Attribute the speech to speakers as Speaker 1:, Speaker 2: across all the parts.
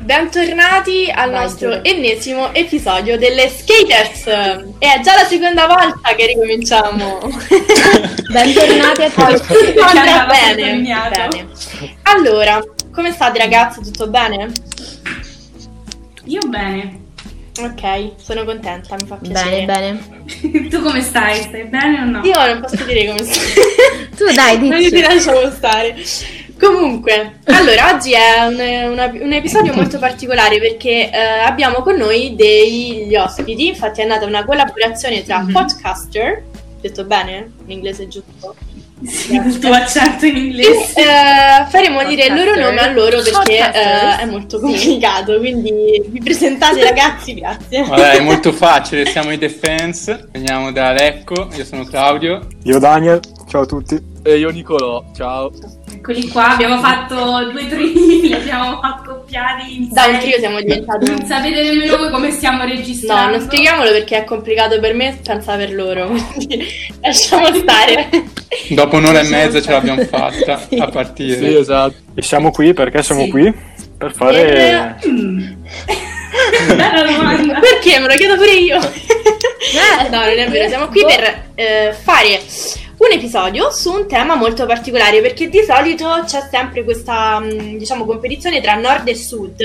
Speaker 1: bentornati al
Speaker 2: Vai,
Speaker 1: nostro
Speaker 2: Giulia.
Speaker 1: ennesimo episodio delle Skaters. È già la seconda volta che ricominciamo.
Speaker 2: Bentornati a
Speaker 1: Poi
Speaker 2: tutti.
Speaker 1: tutto andrà
Speaker 3: andava
Speaker 1: bene.
Speaker 3: sottolineato.
Speaker 1: bene. Allora, come state ragazzi? Tutto bene?
Speaker 3: Io bene.
Speaker 1: Ok, sono contenta, mi fa piacere.
Speaker 2: Bene, bene.
Speaker 3: tu come stai? Stai bene o no?
Speaker 1: Io non posso dire come sto.
Speaker 2: Tu dai,
Speaker 1: Non ti
Speaker 2: dici.
Speaker 1: lasciamo stare. Comunque, allora oggi è un, un- un episodio molto particolare perché eh, abbiamo con noi degli ospiti. Infatti, è nata una collaborazione tra
Speaker 2: Mm-hmm.
Speaker 3: Mhm.
Speaker 1: podcaster. Detto bene? L'inglese giusto?
Speaker 3: Sì, il tuo accento in
Speaker 1: E, eh,
Speaker 3: inglese.
Speaker 1: faremo dire il loro
Speaker 2: Podcaster.
Speaker 1: nome a loro perché
Speaker 2: Podcaster.
Speaker 1: eh, è molto complicato. Quindi vi presentate, ragazzi, grazie.
Speaker 4: Vabbè, è molto facile, siamo i Defense, veniamo da Lecco, io sono Claudio.
Speaker 5: Io Daniel, ciao a tutti.
Speaker 6: E io Nicolò, ciao.
Speaker 3: Eccoli qua, abbiamo fatto due trini, li abbiamo accoppiati in
Speaker 1: Da un
Speaker 3: serie.
Speaker 1: trio siamo diventati.
Speaker 3: Non sapete nemmeno voi come stiamo
Speaker 1: No,
Speaker 3: registrando.
Speaker 1: non spieghiamolo perché è complicato per me, pensa per loro. Quindi lasciamo stare.
Speaker 4: Dopo un'ora e mezza ce l'abbiamo fatta
Speaker 1: Sì.
Speaker 4: a
Speaker 6: Sì,
Speaker 4: partire.
Speaker 6: esatto.
Speaker 5: E siamo qui perché siamo
Speaker 3: Sì.
Speaker 5: qui per fare
Speaker 3: Mm. Bella domanda.
Speaker 1: Perché me lo chiedo pure io? no, non è vero, siamo qui
Speaker 2: boh.
Speaker 1: per eh, fare un episodio su un tema molto particolare perché di solito c'è sempre questa mh, diciamo competizione tra nord e sud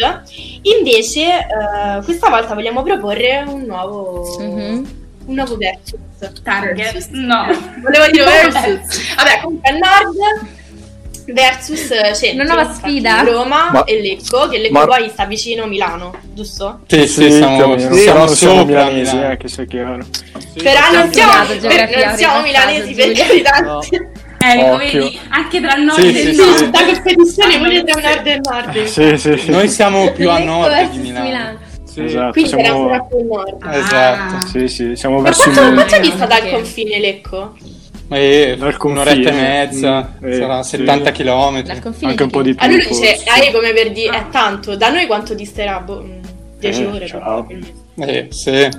Speaker 1: invece eh, questa volta vogliamo proporre un nuovo
Speaker 2: Mhm.
Speaker 1: un nuovo versus
Speaker 3: Target. No.
Speaker 1: volevo dire versus
Speaker 3: Versus.
Speaker 1: vabbè comunque nord versus eh, centro
Speaker 2: Una nuova
Speaker 1: infatti,
Speaker 2: sfida.
Speaker 1: Roma
Speaker 5: Ma-
Speaker 1: e Lecco che Lecco
Speaker 5: ma-
Speaker 1: poi sta vicino Milano giusto?
Speaker 4: Sì, sì,
Speaker 5: più o
Speaker 4: siamo,
Speaker 5: meno.
Speaker 4: siamo
Speaker 5: Però non siamo
Speaker 4: sopra
Speaker 5: milanesi,
Speaker 4: Milano.
Speaker 5: eh, che sia chiaro.
Speaker 6: Sì,
Speaker 1: Però non
Speaker 2: Campionato,
Speaker 1: siamo,
Speaker 2: geografia,
Speaker 1: per- non siamo
Speaker 2: arriva
Speaker 1: milanesi
Speaker 2: a
Speaker 1: per
Speaker 2: caso,
Speaker 1: carità.
Speaker 6: No.
Speaker 3: Ecco,
Speaker 5: Occhio.
Speaker 3: vedi, anche tra nord
Speaker 4: Sì,
Speaker 3: e
Speaker 4: sì,
Speaker 3: sud.
Speaker 4: sì.
Speaker 1: Da competizione pure tra nord e
Speaker 5: Eh,
Speaker 1: nord.
Speaker 5: Sì, sì, sì.
Speaker 4: Noi siamo più a
Speaker 2: Lecco
Speaker 4: nord
Speaker 2: versus
Speaker 4: di Milano.
Speaker 6: sì.
Speaker 5: Esatto,
Speaker 1: Quindi era
Speaker 5: siamo...
Speaker 1: ancora più a nord.
Speaker 3: Ah.
Speaker 4: Esatto.
Speaker 5: Sì, sì, siamo
Speaker 1: Ma
Speaker 5: verso
Speaker 1: quanto,
Speaker 5: il-
Speaker 1: quanto è
Speaker 2: Milano,
Speaker 1: dista dal
Speaker 2: perché-
Speaker 1: confine Lecco?
Speaker 4: E
Speaker 5: Dal confine.
Speaker 4: un'oretta e mezza,
Speaker 5: Mm, eh,
Speaker 4: sarà
Speaker 5: sì.
Speaker 4: 70
Speaker 2: Dal
Speaker 4: km.
Speaker 2: confine
Speaker 5: anche un po' di più.
Speaker 1: A lui dice,
Speaker 5: forse.
Speaker 1: ah, come per dire,
Speaker 3: Ah.
Speaker 1: è tanto. Da noi quanto disterà? Boh, mh, 10
Speaker 5: Eh,
Speaker 1: ore.
Speaker 5: ciao.
Speaker 1: probabilmente.
Speaker 4: Eh, sì.
Speaker 1: Eh,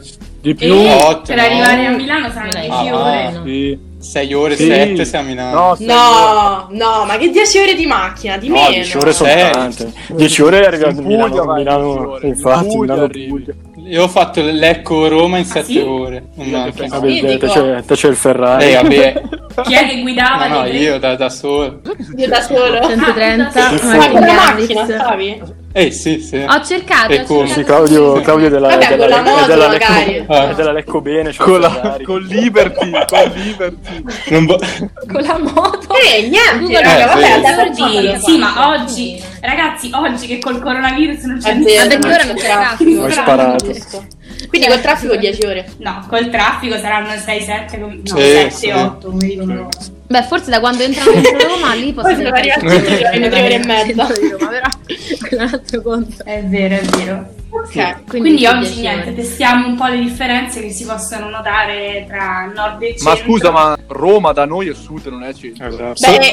Speaker 6: Di
Speaker 3: E
Speaker 6: più.
Speaker 4: Ottimo.
Speaker 3: per arrivare a Milano saranno 10
Speaker 4: Ah,
Speaker 3: ore.
Speaker 2: no.
Speaker 6: Sì.
Speaker 4: 6 ore,
Speaker 5: Sì.
Speaker 4: 7 siamo a Milano.
Speaker 6: No, sei ore.
Speaker 1: No, no, ma che 10 ore di macchina, di
Speaker 5: No,
Speaker 1: meno.
Speaker 5: 10 ore sono
Speaker 4: Eh,
Speaker 5: tante. 10 ore arriviamo a
Speaker 6: In Puglia
Speaker 5: Milano,
Speaker 6: vai,
Speaker 5: Milano-
Speaker 6: 10 ore. In
Speaker 5: infatti,
Speaker 6: Puglia
Speaker 5: Milano
Speaker 6: arrivi.
Speaker 5: Puglia.
Speaker 4: Io ho fatto Lecco-Roma in 7
Speaker 3: sì?
Speaker 4: ore.
Speaker 6: Io
Speaker 4: No,
Speaker 6: che
Speaker 4: anche
Speaker 6: pensavo-
Speaker 4: no.
Speaker 1: Io
Speaker 5: Vabbè, te,
Speaker 1: dico-
Speaker 5: c'è, te c'è il Ferrari.
Speaker 4: Eh, vabbè.
Speaker 3: Chi è che guidava?
Speaker 4: No, no,
Speaker 3: dei Ah, tre?
Speaker 4: io da, da solo.
Speaker 1: Io da solo. Ma
Speaker 2: 130
Speaker 5: Sì, sì.
Speaker 2: Marco
Speaker 1: con la
Speaker 2: Garrix.
Speaker 1: macchina stavi?
Speaker 4: Eh, sì, sì.
Speaker 2: Ho cercato,
Speaker 4: E
Speaker 2: ho cercato.
Speaker 4: come?
Speaker 5: Sì, Claudio, Claudio è della,
Speaker 1: Vabbè,
Speaker 5: è della,
Speaker 1: con la
Speaker 5: è della
Speaker 1: moto, magari.
Speaker 5: Lecco, è della Lecco bene, c'è il
Speaker 6: Con, la,
Speaker 5: Ferrari.
Speaker 6: con Liberty, con Liberty.
Speaker 4: Non vo-
Speaker 2: con la moto.
Speaker 1: Eh, niente,
Speaker 2: Google
Speaker 1: raga,
Speaker 4: Earth,
Speaker 1: vabbè,
Speaker 4: sì.
Speaker 1: andiamo
Speaker 2: Sì,
Speaker 1: avanti.
Speaker 3: Sì, ma oggi, ragazzi, oggi che col coronavirus non c'è
Speaker 1: Cioè, È
Speaker 3: nessuno.
Speaker 1: vero.
Speaker 2: Vabbè, che ora non c'è traffico.
Speaker 5: Ho
Speaker 3: Ho
Speaker 5: sparato.
Speaker 1: Quindi col traffico 10 ore.
Speaker 3: No, col traffico saranno 6, 7, no,
Speaker 4: Sì,
Speaker 3: 7,
Speaker 4: sì.
Speaker 3: 8, come dicono loro.
Speaker 2: Beh, forse da quando entrano in Roma lì posso
Speaker 1: Forse sono arrivati in tre ore e mezza.
Speaker 2: Quello è un altro conto.
Speaker 3: È vero, è vero.
Speaker 1: Ok.
Speaker 3: Quindi,
Speaker 2: sì,
Speaker 3: oggi
Speaker 2: 10
Speaker 3: niente,
Speaker 2: ore.
Speaker 3: testiamo un po' le differenze che si possono notare tra nord e centro.
Speaker 6: Ma scusa, ma Roma da noi è sud, non è centro.
Speaker 5: Esatto.
Speaker 1: Beh, e- e-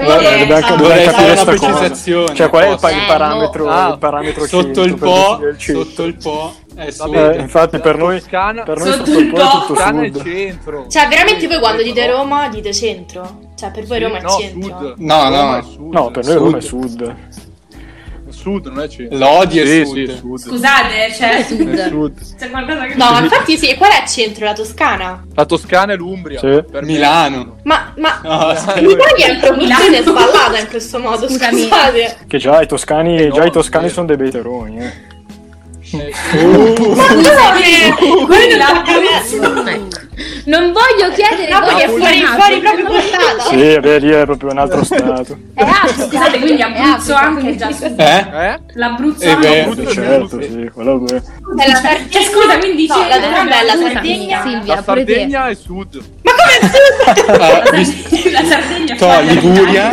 Speaker 1: e-
Speaker 5: Guarda,
Speaker 1: eh,
Speaker 5: dobbiamo-
Speaker 1: ah,
Speaker 4: Vorrei
Speaker 5: capire
Speaker 4: fare una
Speaker 5: sta cosa.
Speaker 4: precisazione.
Speaker 5: Cioè, qual è il, pa- il
Speaker 2: Eh, no.
Speaker 5: parametro?
Speaker 6: Ah,
Speaker 5: il parametro
Speaker 4: Sotto
Speaker 5: sotto
Speaker 4: il po',
Speaker 5: sotto
Speaker 4: sotto il po' è
Speaker 6: Vabbè,
Speaker 4: sud.
Speaker 5: eh, infatti, per noi,
Speaker 6: Toscana,
Speaker 5: per noi
Speaker 3: Sotto
Speaker 5: sotto il
Speaker 3: il
Speaker 5: po' è
Speaker 3: po'.
Speaker 5: tutto
Speaker 6: Toscana è
Speaker 5: sud.
Speaker 6: centro.
Speaker 1: Cioè, veramente voi quando
Speaker 6: Sì,
Speaker 1: dite
Speaker 6: no.
Speaker 1: Roma dite centro? Cioè, per voi
Speaker 6: Sì,
Speaker 1: Roma è
Speaker 6: no,
Speaker 1: centro?
Speaker 6: sud.
Speaker 4: No,
Speaker 6: Roma
Speaker 4: no.
Speaker 6: è sud.
Speaker 5: No, per noi
Speaker 4: Sud.
Speaker 5: Roma è sud.
Speaker 6: Sud non è centro.
Speaker 4: L'odio è
Speaker 6: Sì,
Speaker 4: sud.
Speaker 6: sì, è sud.
Speaker 3: Scusate,
Speaker 2: È
Speaker 3: cioè,
Speaker 6: È
Speaker 2: sud.
Speaker 6: sud.
Speaker 3: c'è qualcosa che...
Speaker 1: Eh, No, ma infatti sì, e qual è il centro? La Toscana?
Speaker 6: La Toscana e l'Umbria.
Speaker 5: Sì.
Speaker 6: Per me-
Speaker 4: Milano.
Speaker 1: Ma, ma
Speaker 4: No, sì.
Speaker 1: l'Italia
Speaker 6: eh,
Speaker 1: è in proporzione
Speaker 3: Milano.
Speaker 1: sballata in questo modo,
Speaker 2: Scusami.
Speaker 1: scusate.
Speaker 5: Che già i toscani,
Speaker 6: no,
Speaker 5: già i toscani
Speaker 6: sì.
Speaker 5: sono dei beteroni. Eh.
Speaker 1: Ma come? Quello
Speaker 3: Milano.
Speaker 1: l'ha capito.
Speaker 2: Ecco. Non voglio chiedere
Speaker 1: Napoli è
Speaker 2: cosa
Speaker 1: fuori,
Speaker 2: Napoli.
Speaker 1: fuori proprio portata.
Speaker 2: Ah.
Speaker 5: Sì, vabbè, lì è proprio un altro stato.
Speaker 2: È Africa.
Speaker 3: Scusate, quindi
Speaker 2: è
Speaker 1: cioè, eh,
Speaker 3: Abruzzo
Speaker 2: Africa,
Speaker 3: anche è
Speaker 2: quindi-
Speaker 3: già sud.
Speaker 4: Eh?
Speaker 6: Eh?
Speaker 3: L'Abruzzo
Speaker 4: Eh,
Speaker 3: anche
Speaker 4: beh.
Speaker 3: è
Speaker 5: Certo,
Speaker 6: Sì,
Speaker 3: sud.
Speaker 5: certo,
Speaker 6: sì.
Speaker 5: sì, quello è-
Speaker 1: È la Sardegna.
Speaker 3: Cioè, scusa, quindi
Speaker 1: No, la domanda è la
Speaker 2: Scusami,
Speaker 1: Sardegna.
Speaker 2: Silvia,
Speaker 6: La
Speaker 2: pure te.
Speaker 6: Sardegna è sud.
Speaker 4: Ah, vi-
Speaker 3: La Sardegna è
Speaker 4: to-
Speaker 3: fuori.
Speaker 4: Liguria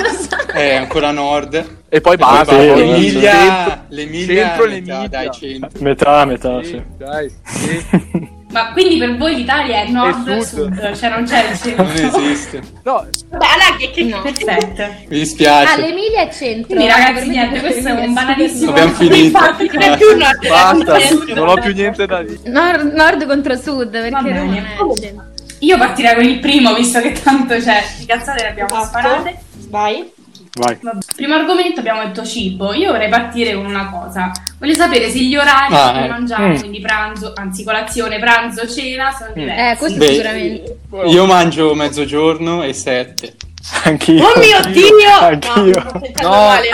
Speaker 4: è ancora a nord.
Speaker 6: E poi
Speaker 4: Ah,
Speaker 6: basta.
Speaker 5: sì,
Speaker 6: poi
Speaker 4: l'Emilia,
Speaker 6: centro-
Speaker 4: l'Emilia
Speaker 6: centro
Speaker 4: è
Speaker 6: e
Speaker 4: metà,
Speaker 6: l'Emilia.
Speaker 4: dai, centro.
Speaker 5: Metà, metà,
Speaker 6: Sì,
Speaker 5: sì.
Speaker 6: dai. sì.
Speaker 3: Ma quindi per voi l'Italia è nord
Speaker 6: È
Speaker 3: e
Speaker 6: sud.
Speaker 3: sud, cioè non c'è il centro.
Speaker 4: Non esiste.
Speaker 6: No,
Speaker 1: Beh, allora, che, che...
Speaker 2: No.
Speaker 3: Perfetto.
Speaker 4: Mi
Speaker 2: Ah,
Speaker 4: dispiace.
Speaker 2: l'Emilia è centro. Ah,
Speaker 3: Quindi
Speaker 2: Per
Speaker 3: ragazzi,
Speaker 2: me
Speaker 3: niente,
Speaker 2: l'Emilia
Speaker 3: questo è un
Speaker 2: sud.
Speaker 3: banalissimo.
Speaker 4: Abbiamo finito. Ah.
Speaker 1: Infatti, non è più una-
Speaker 6: basta.
Speaker 1: Centro.
Speaker 6: Non ho più niente da dire.
Speaker 2: Nord, nord contro sud, perché
Speaker 3: Va bene.
Speaker 2: Roma non
Speaker 1: Eh,
Speaker 2: è centro.
Speaker 3: Io partirei con il primo, visto che tanto c'è. Di cioè, cazzate ne abbiamo
Speaker 1: Esatto.
Speaker 3: sparate.
Speaker 1: Vai.
Speaker 5: Vai.
Speaker 3: Primo argomento abbiamo detto cibo. Io vorrei partire con una cosa. Voglio sapere se gli orari
Speaker 4: Ah,
Speaker 3: in cui
Speaker 4: eh.
Speaker 3: mangiamo,
Speaker 5: Mm.
Speaker 3: quindi pranzo, anzi colazione, pranzo, cena, sono diversi.
Speaker 2: Eh, questo
Speaker 4: Beh,
Speaker 2: sicuramente.
Speaker 6: Eh,
Speaker 4: Io mangio mezzogiorno e sette.
Speaker 5: Anch'io.
Speaker 1: Oh mio Dio!
Speaker 5: Anch'io.
Speaker 1: No, mi sto sentendo
Speaker 6: No.
Speaker 1: male.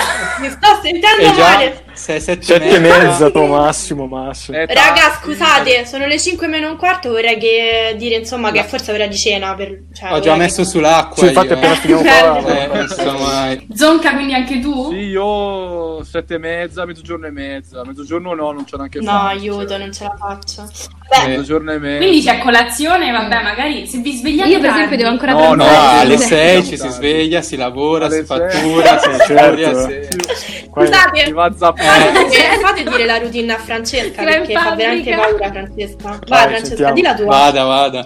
Speaker 1: Mi sto sentendo
Speaker 4: E Eh già
Speaker 1: male.
Speaker 4: sei sette,
Speaker 5: Sette e mezza,
Speaker 1: mezza.
Speaker 5: to massimo, massimo.
Speaker 6: Eh,
Speaker 1: Raga,
Speaker 6: tanti.
Speaker 1: scusate, sono le 5 meno un quarto, vorrei che dire insomma che
Speaker 4: No.
Speaker 1: forse è ora di cena. Per, cioè,
Speaker 4: Ho già
Speaker 1: ora che-
Speaker 4: messo sull'acqua.
Speaker 5: Sì, infatti
Speaker 4: io,
Speaker 5: appena
Speaker 4: eh.
Speaker 5: finiamo
Speaker 4: Eh, non so
Speaker 5: qua...
Speaker 4: mai.
Speaker 3: Zonca quindi anche tu?
Speaker 4: eh,
Speaker 6: Sì, io sette e mezza, mezzogiorno e mezza. Mezzogiorno no, non c'ho neanche
Speaker 1: No,
Speaker 6: fame,
Speaker 1: aiuto,
Speaker 6: cioè.
Speaker 1: non ce la faccio. Beh,
Speaker 4: eh,
Speaker 6: Mezzogiorno e mezza.
Speaker 3: Quindi c'è colazione, vabbè, magari se vi svegliate
Speaker 2: Io, per
Speaker 3: tardi.
Speaker 2: esempio, devo ancora
Speaker 6: No,
Speaker 4: Oh, No,
Speaker 2: pranzare.
Speaker 4: alle
Speaker 2: Sì.
Speaker 4: sei ci si
Speaker 6: Tanto.
Speaker 4: sveglia, si lavora,
Speaker 6: Alle
Speaker 4: si
Speaker 6: sei.
Speaker 4: fattura, si studia,
Speaker 5: Certo.
Speaker 4: si-
Speaker 5: Qua-
Speaker 1: scusate,
Speaker 6: Mi va a zappare.
Speaker 1: fate dire- fate dire la routine a Francesca
Speaker 2: Sì,
Speaker 1: perché
Speaker 2: in
Speaker 1: fa
Speaker 2: fabbrica.
Speaker 1: veramente paura Francesca. Vai,
Speaker 5: Vai,
Speaker 1: Francesca,
Speaker 5: sentiamo.
Speaker 1: di la tua.
Speaker 4: Vada, vada.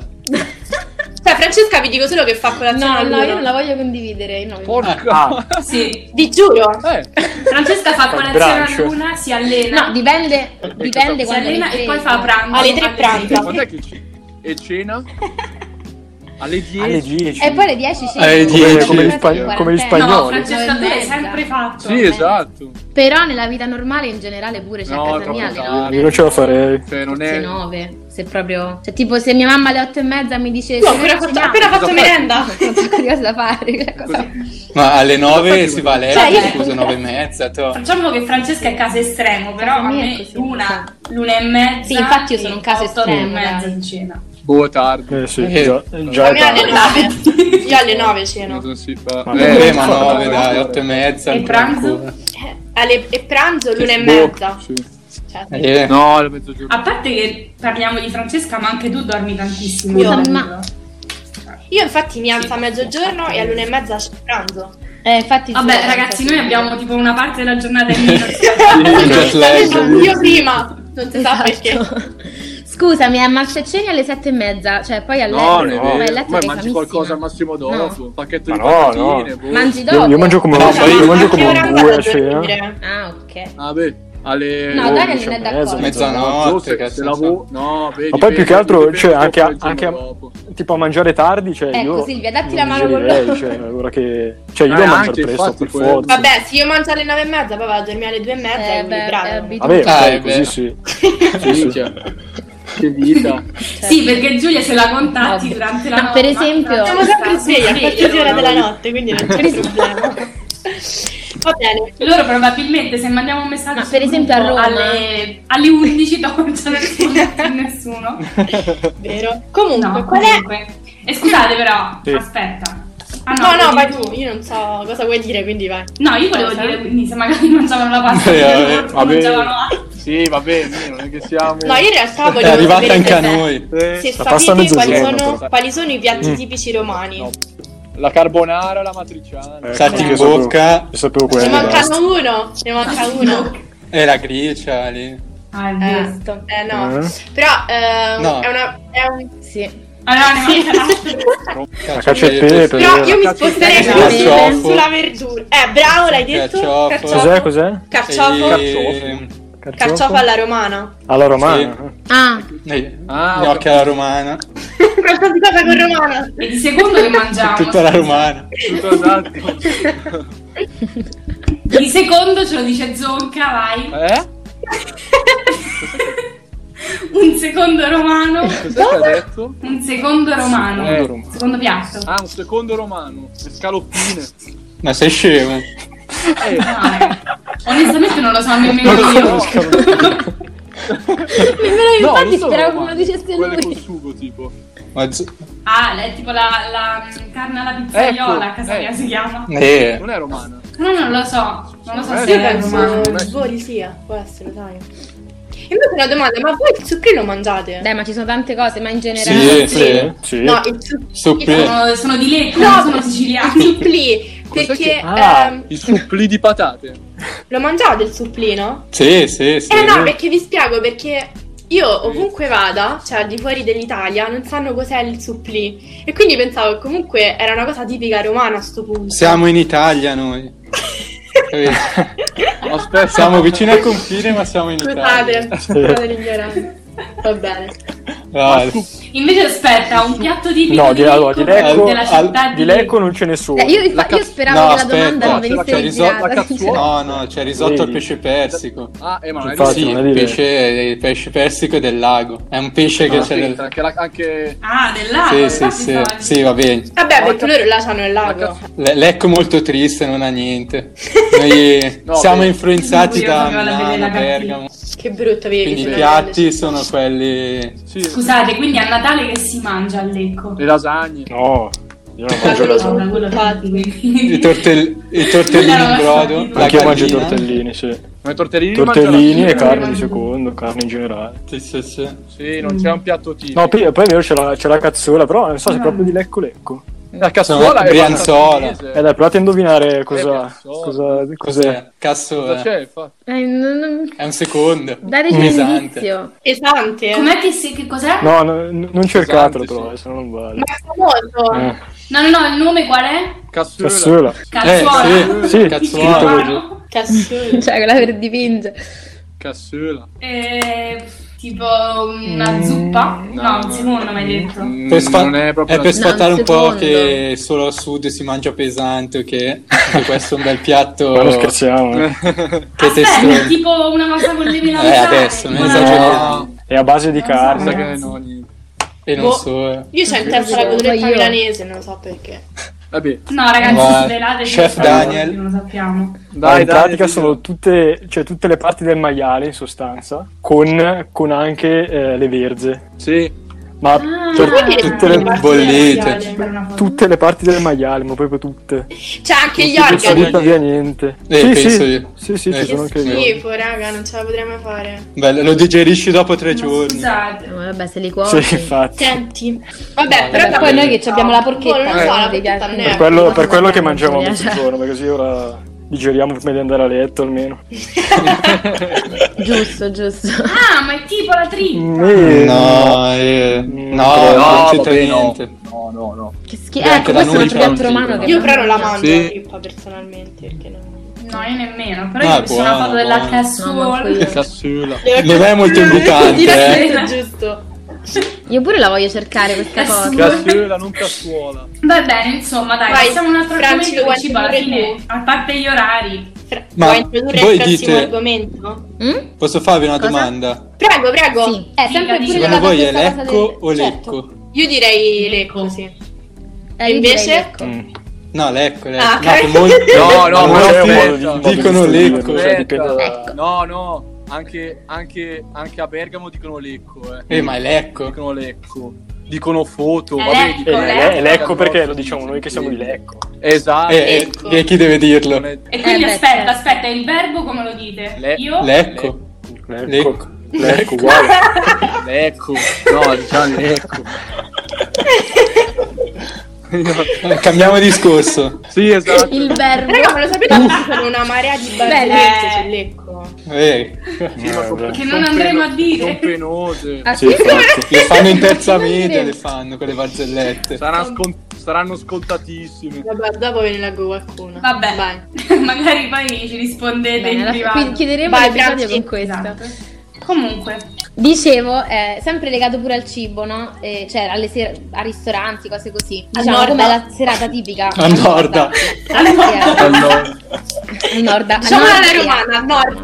Speaker 1: Cioè, Francesca vi dico solo che fa colazione.
Speaker 2: No, no,
Speaker 1: all'una.
Speaker 2: io non la voglio condividere. no.
Speaker 6: Porca.
Speaker 5: Ah.
Speaker 3: Sì.
Speaker 1: Vi giuro.
Speaker 6: Eh,
Speaker 3: Francesca fa
Speaker 5: Fa il
Speaker 3: colazione a
Speaker 5: brunch.
Speaker 3: luna, si allena.
Speaker 2: No, dipende, dipende
Speaker 3: si
Speaker 2: quando
Speaker 3: allena
Speaker 2: mi
Speaker 3: Cioè, e poi
Speaker 2: sveglio.
Speaker 3: fa pranzo.
Speaker 1: Alle tre
Speaker 3: alle
Speaker 1: pranzo.
Speaker 3: sei.
Speaker 6: quando è che c- e cena? Alle 10.
Speaker 5: Alle 10.
Speaker 2: E poi alle 10 sì.
Speaker 4: Alle
Speaker 5: Come-
Speaker 4: 10.
Speaker 5: come gli spa- come gli
Speaker 2: Spagnoli.
Speaker 3: No,
Speaker 5: spagnoli.
Speaker 3: Francesca, tu l'hai sempre fatto.
Speaker 6: Sì, esatto.
Speaker 2: Però nella vita normale in generale pure c'è
Speaker 6: No,
Speaker 2: a casa
Speaker 6: troppo
Speaker 2: mia
Speaker 5: Ah,
Speaker 6: tardi.
Speaker 5: Io non ce la farei.
Speaker 6: Cioè, non
Speaker 2: alle
Speaker 6: è
Speaker 2: 9, se proprio... Cioè, tipo se mia mamma alle 8 e mezza mi dice...
Speaker 1: Tu
Speaker 2: "Se
Speaker 1: ho appena
Speaker 2: non
Speaker 1: fatto,
Speaker 2: ceniamo",
Speaker 1: appena fatto
Speaker 6: Cosa fai?
Speaker 1: merenda.
Speaker 2: ho un sacco di cose da fare. cosa-
Speaker 4: Ma alle nove
Speaker 6: fai
Speaker 4: si
Speaker 6: tu?
Speaker 4: va a letto,
Speaker 2: Cioè, io-
Speaker 4: scusa, nove e mezza. to.
Speaker 3: Facciamo Diciamo che Francesca è caso estremo, però
Speaker 2: Casa
Speaker 3: a
Speaker 2: mia è
Speaker 3: me
Speaker 2: così,
Speaker 3: l'una, l'una e mezza.
Speaker 2: Sì, infatti io sono
Speaker 3: e
Speaker 2: un caso
Speaker 3: otto, otto
Speaker 2: estremo,
Speaker 3: e mezza
Speaker 2: dai.
Speaker 3: in cena.
Speaker 6: boh, tardi.
Speaker 5: Eh sì,
Speaker 4: Eh,
Speaker 5: già, già
Speaker 1: A
Speaker 5: è
Speaker 1: me alle
Speaker 5: tardi.
Speaker 1: 9. Io alle 9 ceno.
Speaker 6: Non si fa.
Speaker 5: Ma
Speaker 4: Eh,
Speaker 5: dove
Speaker 4: ma
Speaker 5: fa?
Speaker 4: nove, dai, otto e mezza.
Speaker 3: E
Speaker 4: ancora
Speaker 3: pranzo?
Speaker 4: ancora.
Speaker 1: Eh, alle- e pranzo l'una e
Speaker 6: Boh,
Speaker 1: mezza.
Speaker 6: sì.
Speaker 1: Cioè,
Speaker 4: Eh,
Speaker 6: No, al mezzogiorno.
Speaker 3: A parte che parliamo di Francesca, ma anche tu dormi tantissimo. Cioè,
Speaker 1: Scusa,
Speaker 3: Danilo.
Speaker 2: ma-
Speaker 1: Io infatti mi alzo a mezzogiorno e all'una e mezza c'è pranzo.
Speaker 2: Eh, infatti... sì,
Speaker 3: Vabbè,
Speaker 2: non
Speaker 3: ragazzi,
Speaker 2: so
Speaker 3: noi
Speaker 2: se-
Speaker 3: abbiamo tipo una parte della giornata in meno.
Speaker 4: il jet lag.
Speaker 1: Io prima, non si sa perché.
Speaker 2: Esatto. Scusami, eh, ma se ceni alle sette e mezza, cioè poi a letto...
Speaker 6: No, non è
Speaker 5: no,
Speaker 2: vai a
Speaker 6: vero.
Speaker 2: letto
Speaker 6: Ormai
Speaker 2: sei
Speaker 6: mangi
Speaker 2: famissima.
Speaker 6: qualcosa al massimo dopo.
Speaker 2: No.
Speaker 6: Un pacchetto
Speaker 5: Ma
Speaker 6: di
Speaker 5: no,
Speaker 6: patatine.
Speaker 5: no.
Speaker 6: boh.
Speaker 2: Mangi dopo?
Speaker 5: Io, io mangio come,
Speaker 4: No,
Speaker 5: un-
Speaker 4: ma io
Speaker 5: io
Speaker 1: Cioè, a che
Speaker 5: mangio come
Speaker 1: ora
Speaker 5: un cioè,
Speaker 1: andate
Speaker 5: bue eh. a
Speaker 1: a
Speaker 5: cena.
Speaker 1: dormire?
Speaker 2: Ah, ok.
Speaker 6: Ah, beh, alle
Speaker 2: No, Dario non è
Speaker 5: Dieci e
Speaker 2: d'accordo.
Speaker 5: mezza,
Speaker 4: Mezzanotte,
Speaker 6: No, se-
Speaker 4: che
Speaker 6: se
Speaker 4: senso
Speaker 6: lavoro- no, vedi,
Speaker 5: Ma poi più
Speaker 6: dipende-
Speaker 5: che altro,
Speaker 6: dipende
Speaker 5: cioè, anche,
Speaker 6: dopo il giorno
Speaker 5: anche a-
Speaker 6: dopo.
Speaker 5: tipo a mangiare tardi, cioè
Speaker 2: Ecco,
Speaker 5: io...
Speaker 2: Silvia, datti
Speaker 5: non
Speaker 2: la mano con
Speaker 5: digerirei,
Speaker 2: loro.
Speaker 5: Cioè, ora che... cioè io
Speaker 6: Eh,
Speaker 5: devo
Speaker 6: anche,
Speaker 5: mangiare presto,
Speaker 6: infatti,
Speaker 5: per
Speaker 6: quello.
Speaker 5: forza.
Speaker 1: Vabbè, se io mangio alle 9 e mezza, poi vado a dormire alle 2 e mezza
Speaker 2: Eh,
Speaker 1: e quindi
Speaker 2: beh, è
Speaker 1: bravo.
Speaker 2: abituale.
Speaker 5: Vabbè,
Speaker 4: Ah,
Speaker 5: ok,
Speaker 4: è
Speaker 5: così
Speaker 4: vero.
Speaker 5: sì.
Speaker 6: Sì, cioè, che vita.
Speaker 3: Sì, perché Giulia se la contatti
Speaker 2: Ovvio.
Speaker 3: durante la
Speaker 2: No,
Speaker 3: notte.
Speaker 2: per esempio-
Speaker 1: Siamo sempre svegli a qualsiasi ora della
Speaker 3: loro-
Speaker 1: notte, quindi non c'è problema. Va bene.
Speaker 3: Loro probabilmente se mandiamo un messaggio
Speaker 2: Ma
Speaker 3: sul
Speaker 2: per esempio a
Speaker 3: gruppo
Speaker 2: Roma-
Speaker 3: alle, alle 11 dopo non ce ne risponde più nessuno.
Speaker 1: Vero. Comunque,
Speaker 3: No,
Speaker 1: qual è?
Speaker 3: comunque. E scusate però,
Speaker 5: Sì.
Speaker 3: aspetta. Ah,
Speaker 1: No, no,
Speaker 3: volevi
Speaker 1: vai tu, io non so cosa vuoi dire, quindi vai.
Speaker 3: No, io volevo
Speaker 1: Cosa?
Speaker 3: dire quindi se magari mangiavano la pasta,
Speaker 4: Eh, vabbè,
Speaker 3: non
Speaker 6: vabbè.
Speaker 3: mangiavano altro.
Speaker 6: Sì, va bene, non è che siamo...
Speaker 5: Eh,
Speaker 1: No, io in realtà
Speaker 4: È
Speaker 1: volevo
Speaker 4: arrivata
Speaker 1: sapere
Speaker 4: anche a
Speaker 1: se-
Speaker 4: noi.
Speaker 6: Eh,
Speaker 1: Se
Speaker 5: La pasta a
Speaker 1: sapete quali
Speaker 5: mezzogiorno,
Speaker 1: sono,
Speaker 5: però.
Speaker 1: quali sono i piatti
Speaker 5: Mm.
Speaker 1: tipici romani.
Speaker 6: no. La carbonara, la matriciana.
Speaker 5: Ecco,
Speaker 4: Sacchi in
Speaker 5: io sapevo-
Speaker 4: bocca.
Speaker 5: Io sapevo
Speaker 1: Ne
Speaker 5: quello. basta.
Speaker 1: mancano uno, ne manca uno.
Speaker 4: E la gricia lì.
Speaker 3: Ah, è vero.
Speaker 2: Giusto.
Speaker 1: Eh no.
Speaker 5: Eh?
Speaker 1: Però ehm,
Speaker 4: No.
Speaker 1: è una. È un...
Speaker 2: Sì.
Speaker 3: Allora, ne
Speaker 1: Sì.
Speaker 3: manca l'altro.
Speaker 5: La cacio e pepe.
Speaker 1: Però io mi
Speaker 6: Cacciofo.
Speaker 1: sposterei sulla,
Speaker 2: Cacciofo.
Speaker 1: sulla verdura. Eh, bravo, l'hai detto?
Speaker 4: Cacciofo.
Speaker 5: Cos'è, cos'è?
Speaker 1: Carciofo.
Speaker 4: E-
Speaker 1: Carciofo alla romana.
Speaker 5: Alla romana.
Speaker 2: Ah,
Speaker 4: e-
Speaker 6: Ah,
Speaker 4: Gnocchi
Speaker 6: ok.
Speaker 4: alla romana.
Speaker 1: Qualsiasi cosa con romana.
Speaker 3: E di secondo che mangiamo?
Speaker 4: Tutta la romana.
Speaker 6: Tutto esatto.
Speaker 3: Di secondo ce lo dice Zonca, vai.
Speaker 6: Eh?
Speaker 3: Un secondo romano.
Speaker 6: Cos'è che ha detto?
Speaker 3: Un secondo romano.
Speaker 6: Secondo
Speaker 3: Secondo,
Speaker 6: romano.
Speaker 3: piatto.
Speaker 6: Ah, un secondo romano. Le scaloppine.
Speaker 4: Ma sei scemo.
Speaker 6: Eh,
Speaker 3: No, Ah, Onestamente non lo so nemmeno
Speaker 6: Non lo
Speaker 3: io.
Speaker 2: nemmeno io
Speaker 6: no,
Speaker 2: infatti
Speaker 6: non
Speaker 2: speravo
Speaker 6: sono
Speaker 2: che me lo
Speaker 6: romane.
Speaker 2: dicesse
Speaker 6: Quelle col
Speaker 2: lui.
Speaker 6: sugo, tipo.
Speaker 4: Ma z-
Speaker 3: Ah, è tipo la, la mm, carne alla pizzaiola a casa mia
Speaker 6: ecco.
Speaker 3: si chiama.
Speaker 4: eh,
Speaker 6: Non è romana.
Speaker 3: No, non lo so. Non lo so
Speaker 6: Eh,
Speaker 3: se
Speaker 1: Io
Speaker 3: è
Speaker 6: penso-
Speaker 3: romano.
Speaker 1: penso fuori sia, può essere, dai. Invece una domanda, ma voi il succhino mangiate?
Speaker 2: Dai, ma ci sono tante cose, ma in
Speaker 4: Sì,
Speaker 2: generale...
Speaker 4: sì.
Speaker 5: Sì.
Speaker 1: No, il succhino.
Speaker 4: Supplì.
Speaker 3: Sono, sono di Lecco,
Speaker 1: No,
Speaker 3: non sono siciliani.
Speaker 1: supplì,
Speaker 6: Cos'è
Speaker 1: perché
Speaker 6: che-
Speaker 5: Ah.
Speaker 1: ehm,
Speaker 6: I supplì di patate.
Speaker 1: lo mangiate il supplino?
Speaker 4: Sì, sì, sì.
Speaker 1: Eh no, perché vi spiego, perché io ovunque vada, cioè al di fuori dell'Italia, non sanno cos'è il supplì. E quindi pensavo che comunque era una cosa tipica romana a sto punto.
Speaker 4: Siamo in Italia noi. Capito?
Speaker 6: Aspetta,
Speaker 4: Siamo vicini al confine, ma siamo in Italia.
Speaker 1: Scusate, scusate l'ignoranza. Va bene.
Speaker 4: Ah,
Speaker 3: Invece aspetta, un piatto tipico
Speaker 5: No,
Speaker 3: di,
Speaker 5: di, allora, di Lecco,
Speaker 3: della città
Speaker 5: di Lecco non ce n'è solo.
Speaker 2: Cioè, io,
Speaker 4: La
Speaker 2: infa-
Speaker 4: ca-
Speaker 2: io speravo
Speaker 4: no,
Speaker 2: che la domanda
Speaker 4: aspetta,
Speaker 2: non
Speaker 6: c'è la
Speaker 2: venisse
Speaker 6: cazzo- la
Speaker 2: girata.
Speaker 6: cazzo-
Speaker 4: No, no, c'è risotto al
Speaker 5: Vedi?
Speaker 4: pesce persico.
Speaker 6: Ah, eh, ma non è
Speaker 5: Infatti,
Speaker 4: sì,
Speaker 5: non è
Speaker 4: il
Speaker 5: dire-
Speaker 4: pesce, il pesce persico è del lago. È un pesce che
Speaker 6: Ah,
Speaker 4: c'è
Speaker 6: sì,
Speaker 4: nel...
Speaker 6: anche, la, anche
Speaker 3: Ah, del lago,
Speaker 4: Sì, sì,
Speaker 3: infatti
Speaker 4: sì,
Speaker 3: stavo-
Speaker 4: sì, va bene.
Speaker 1: Vabbè,
Speaker 6: No,
Speaker 1: perché
Speaker 6: la-
Speaker 1: loro là c'hanno il
Speaker 6: la
Speaker 1: lago.
Speaker 6: ca-
Speaker 4: Le- Lecco molto triste, non ha niente. Noi
Speaker 6: No,
Speaker 4: siamo
Speaker 6: beh.
Speaker 4: influenzati
Speaker 3: Io
Speaker 4: da
Speaker 3: volevo vedere la
Speaker 4: Milano,
Speaker 3: cartina.
Speaker 4: Bergamo.
Speaker 1: Che brutto avere
Speaker 4: Quindi i
Speaker 1: che-
Speaker 4: piatti sono quelli...
Speaker 6: sì,
Speaker 3: Scusate, quindi a Natale che si mangia a Lecco?
Speaker 6: le lasagne.
Speaker 5: No, io non mangio
Speaker 1: Cavolo,
Speaker 5: la
Speaker 1: sono
Speaker 4: I, tortell- i tortellini
Speaker 3: Quella
Speaker 4: in brodo,
Speaker 3: roba
Speaker 4: la
Speaker 5: Anche io mangio i
Speaker 4: carnina.
Speaker 5: tortellini, sì.
Speaker 6: Ma i tortellini li mangia la
Speaker 5: Tortellini
Speaker 6: gente,
Speaker 5: e
Speaker 6: eh.
Speaker 5: carne di secondo, carne in generale.
Speaker 4: Sì, sì, sì.
Speaker 6: Sì, non c'è un piatto tipico.
Speaker 5: No, poi, poi è vero c'è la, c'è la cazzola, però non so se è proprio di Lecco Lecco.
Speaker 6: la cazzuola
Speaker 4: Sono
Speaker 6: è
Speaker 4: brianzola.
Speaker 6: basta
Speaker 5: Eh
Speaker 6: cinese.
Speaker 5: dai, provate a indovinare cosa,
Speaker 6: Eh,
Speaker 5: cosa, cos'è.
Speaker 4: Cos'è? Cazzo,
Speaker 6: Cosa
Speaker 4: è
Speaker 6: c'è? fa?
Speaker 2: Eh, non- non-
Speaker 4: è un secondo.
Speaker 2: Dateci un
Speaker 4: Pesante.
Speaker 2: indizio.
Speaker 1: Pesante.
Speaker 3: Com'è che, si- che cos'è?
Speaker 5: No, no, n- non cercatelo
Speaker 6: Pesante,
Speaker 5: però,
Speaker 6: sì.
Speaker 5: eh, se no non vale.
Speaker 1: Ma è famoso.
Speaker 5: Eh,
Speaker 3: No, no, no, il nome qual è?
Speaker 6: Cazzuola.
Speaker 5: cazzola.
Speaker 3: Cazzuola.
Speaker 4: Eh,
Speaker 5: sì,
Speaker 4: cazzuola.
Speaker 5: scritto
Speaker 3: Romano?
Speaker 1: Cazzo.
Speaker 2: Cioè, quella per dipinge.
Speaker 6: Cazzuola.
Speaker 3: Eh, tipo una zuppa? No, un secondo mi hai detto.
Speaker 6: Mm,
Speaker 4: Per sfa-
Speaker 6: non è proprio
Speaker 4: è per
Speaker 6: la-
Speaker 4: sfatare
Speaker 2: No,
Speaker 4: un
Speaker 2: un
Speaker 4: po'
Speaker 2: secondo.
Speaker 4: che solo al sud si mangia pesante, che questo è un bel
Speaker 5: Ma non
Speaker 4: piatto che
Speaker 5: scherziamo, eh.
Speaker 3: Aspetta,
Speaker 4: testo.
Speaker 3: tipo una cosa con le melanzane.
Speaker 4: Eh, adesso, non
Speaker 3: tipo una-
Speaker 4: esageriamo.
Speaker 5: No, è a base di
Speaker 3: Non
Speaker 6: Sa
Speaker 5: carne.
Speaker 6: che no, niente.
Speaker 4: E non
Speaker 1: Boh.
Speaker 4: so. eh.
Speaker 1: Io c'ho in testa la
Speaker 2: Io-
Speaker 1: cotoletta
Speaker 2: io-
Speaker 1: milanese, non lo so perché.
Speaker 6: Vabbè,
Speaker 3: No, ragazzi,
Speaker 4: Vai.
Speaker 3: svelate
Speaker 4: Chef
Speaker 3: questa cosa,
Speaker 4: Daniel.
Speaker 3: non lo sappiamo.
Speaker 5: Allora,
Speaker 6: dai,
Speaker 5: Ah, in
Speaker 6: dai,
Speaker 5: pratica
Speaker 6: sì,
Speaker 5: sono tutte, cioè, tutte le parti del maiale in sostanza, con, con anche eh, le verze.
Speaker 6: Sì,
Speaker 5: Ma
Speaker 3: Ah.
Speaker 5: per
Speaker 1: Quindi
Speaker 5: tutte
Speaker 1: le
Speaker 5: le,
Speaker 1: parti
Speaker 4: bollite.
Speaker 1: della piada.
Speaker 3: Per una foto.
Speaker 5: tutte le parti del maiale, ma proprio tutte.
Speaker 1: C'è anche gli
Speaker 5: Non si butta
Speaker 1: organi.
Speaker 5: butta via niente.
Speaker 4: Eh,
Speaker 5: sì,
Speaker 4: penso
Speaker 5: sì.
Speaker 4: io.
Speaker 5: sì, sì,
Speaker 4: Eh,
Speaker 5: ci
Speaker 1: Che
Speaker 5: sono anche gli organi.
Speaker 1: schifo, raga, non ce la potrei mai fare.
Speaker 4: Bello, lo digerisci dopo tre
Speaker 3: Ma
Speaker 4: giorni.
Speaker 2: Eh,
Speaker 3: Scusate.
Speaker 2: Vabbè, se li cuoci.
Speaker 5: Sì, infatti.
Speaker 1: Senti. Vabbè, però
Speaker 4: No, vabbè,
Speaker 2: poi
Speaker 1: capito-
Speaker 2: noi che abbiamo la porchetta.
Speaker 1: Boh, non lo so, la
Speaker 2: dei
Speaker 1: porchetta
Speaker 2: piatti.
Speaker 1: non è-
Speaker 5: Per quello, per
Speaker 2: Cosa
Speaker 5: quello che
Speaker 2: mangiamo,
Speaker 5: mangiamo a
Speaker 2: Giulia?
Speaker 5: mezzogiorno, perché così ora digeriamo prima di andare a letto almeno.
Speaker 2: Giusto, giusto.
Speaker 3: Ah, ma è tipo la trippa.
Speaker 5: Eh,
Speaker 4: Mm. No, eh,
Speaker 5: Mm,
Speaker 4: no,
Speaker 5: no,
Speaker 4: non c'entra
Speaker 6: vabbè, no.
Speaker 4: niente.
Speaker 6: No, no, no.
Speaker 2: Che schifo. Ecco,
Speaker 4: Neanche da
Speaker 2: questo è
Speaker 4: noi
Speaker 2: un
Speaker 4: c'è
Speaker 2: piatto
Speaker 4: un
Speaker 2: romano.
Speaker 4: trippa.
Speaker 2: che
Speaker 1: Io però non la mangio
Speaker 6: Sì.
Speaker 1: la trippa personalmente, perché non...
Speaker 3: No, io nemmeno. Però
Speaker 4: Ah,
Speaker 3: io ho visto una
Speaker 4: buono,
Speaker 3: foto della
Speaker 4: buono.
Speaker 2: No, manco
Speaker 3: cazzuola.
Speaker 2: io.
Speaker 6: Cazzuola.
Speaker 4: Non è molto
Speaker 1: Dire
Speaker 4: invitante, eh.
Speaker 1: il giusto.
Speaker 2: Io pure la voglio cercare questa
Speaker 3: Eh,
Speaker 2: cosa.
Speaker 3: sì.
Speaker 6: Cazzuola, non cazzuola.
Speaker 3: Va bene, insomma, dai,
Speaker 1: Vai,
Speaker 3: facciamo un altro
Speaker 1: Franci,
Speaker 3: argomento
Speaker 1: vuoi
Speaker 3: che ci va alla
Speaker 1: introdurre
Speaker 3: fine.
Speaker 1: tu?
Speaker 3: A parte gli orari.
Speaker 1: Fra-
Speaker 4: Ma
Speaker 1: Vuoi introdurre
Speaker 4: voi
Speaker 1: il prossimo
Speaker 4: dite-
Speaker 1: argomento?
Speaker 2: Mm?
Speaker 4: Posso farvi una
Speaker 2: Cosa?
Speaker 4: domanda?
Speaker 1: Prego, prego.
Speaker 2: Sì. È sempre pure
Speaker 3: Dica, dica.
Speaker 4: Secondo
Speaker 2: legata
Speaker 4: voi è
Speaker 2: a questa cosa
Speaker 4: lecco o
Speaker 1: Certo.
Speaker 4: lecco?
Speaker 1: Io direi Lecco, sì.
Speaker 2: del- Eh, io direi
Speaker 1: Invece?
Speaker 2: lecco.
Speaker 5: mm.
Speaker 4: No, lecco, lecco.
Speaker 1: Ah,
Speaker 4: No,
Speaker 1: ok.
Speaker 4: che molti-
Speaker 6: No, no,
Speaker 5: Ma
Speaker 6: però
Speaker 5: c'è un
Speaker 6: aspetta,
Speaker 5: modo di-
Speaker 6: aspetta,
Speaker 5: modo di
Speaker 4: dicono
Speaker 5: gestirlo,
Speaker 4: lecco. Eh,
Speaker 5: cioè, dipende da-
Speaker 6: aspetta. No, no, anche, anche, anche a Bergamo dicono lecco, eh.
Speaker 4: Eh, ma è lecco.
Speaker 6: Dicono lecco. Dicono foto,
Speaker 3: Eh,
Speaker 6: vabbè,
Speaker 3: lecco,
Speaker 5: Eh,
Speaker 6: dicono
Speaker 5: eh, eh, lecco perché lo diciamo noi che siamo di Lecco.
Speaker 6: Esatto.
Speaker 4: Eh,
Speaker 1: Ecco.
Speaker 4: eh, e chi deve dirlo?
Speaker 6: Non è-
Speaker 3: E quindi
Speaker 2: Eh, beh,
Speaker 3: aspetta,
Speaker 2: certo.
Speaker 3: aspetta, il verbo come lo dite?
Speaker 6: Le-
Speaker 3: Io?
Speaker 4: Lecco. Lecco.
Speaker 5: Lecco. Lecco, uguale.
Speaker 6: Lecco. No, diciamo lecco.
Speaker 4: Eh, Cambiamo discorso.
Speaker 6: Sì, esatto.
Speaker 2: Il verbo.
Speaker 1: Raga, ma lo sapete che ci sono una marea di barzellette
Speaker 3: Beh.
Speaker 1: sul Lecco?
Speaker 4: Eh,
Speaker 6: Sì, ma sono-
Speaker 5: Che
Speaker 3: non
Speaker 6: sono
Speaker 3: andremo
Speaker 6: peno-
Speaker 3: a dire.
Speaker 6: Sono penose.
Speaker 2: Ah,
Speaker 5: Sì,
Speaker 2: sì?
Speaker 5: infatti.
Speaker 4: le fanno in terza
Speaker 2: Non
Speaker 4: media,
Speaker 2: diremo.
Speaker 4: le fanno quelle barzellette.
Speaker 6: Saranno, scon- saranno scontatissime.
Speaker 1: Vabbè, dopo ve ne leggo qualcuna.
Speaker 3: Vabbè.
Speaker 1: Vai.
Speaker 3: Magari poi ci rispondete
Speaker 2: Bene,
Speaker 3: in
Speaker 2: alla-
Speaker 3: privato.
Speaker 2: quindi chiuderemo
Speaker 1: Vai,
Speaker 2: l'episodio
Speaker 1: Franci.
Speaker 2: con questo.
Speaker 3: Esatto. Comunque,
Speaker 2: Dicevo, eh, sempre legato pure al cibo, no? Eh, cioè alle ser- a ristoranti, cose così.
Speaker 1: Al
Speaker 2: Diciamo
Speaker 1: nord.
Speaker 2: com'è la serata tipica.
Speaker 4: A Norda.
Speaker 2: Al nord.
Speaker 6: Allora,
Speaker 2: Al nord. al
Speaker 1: Diciamo
Speaker 2: nord
Speaker 1: la
Speaker 2: sì,
Speaker 1: romana, a nord.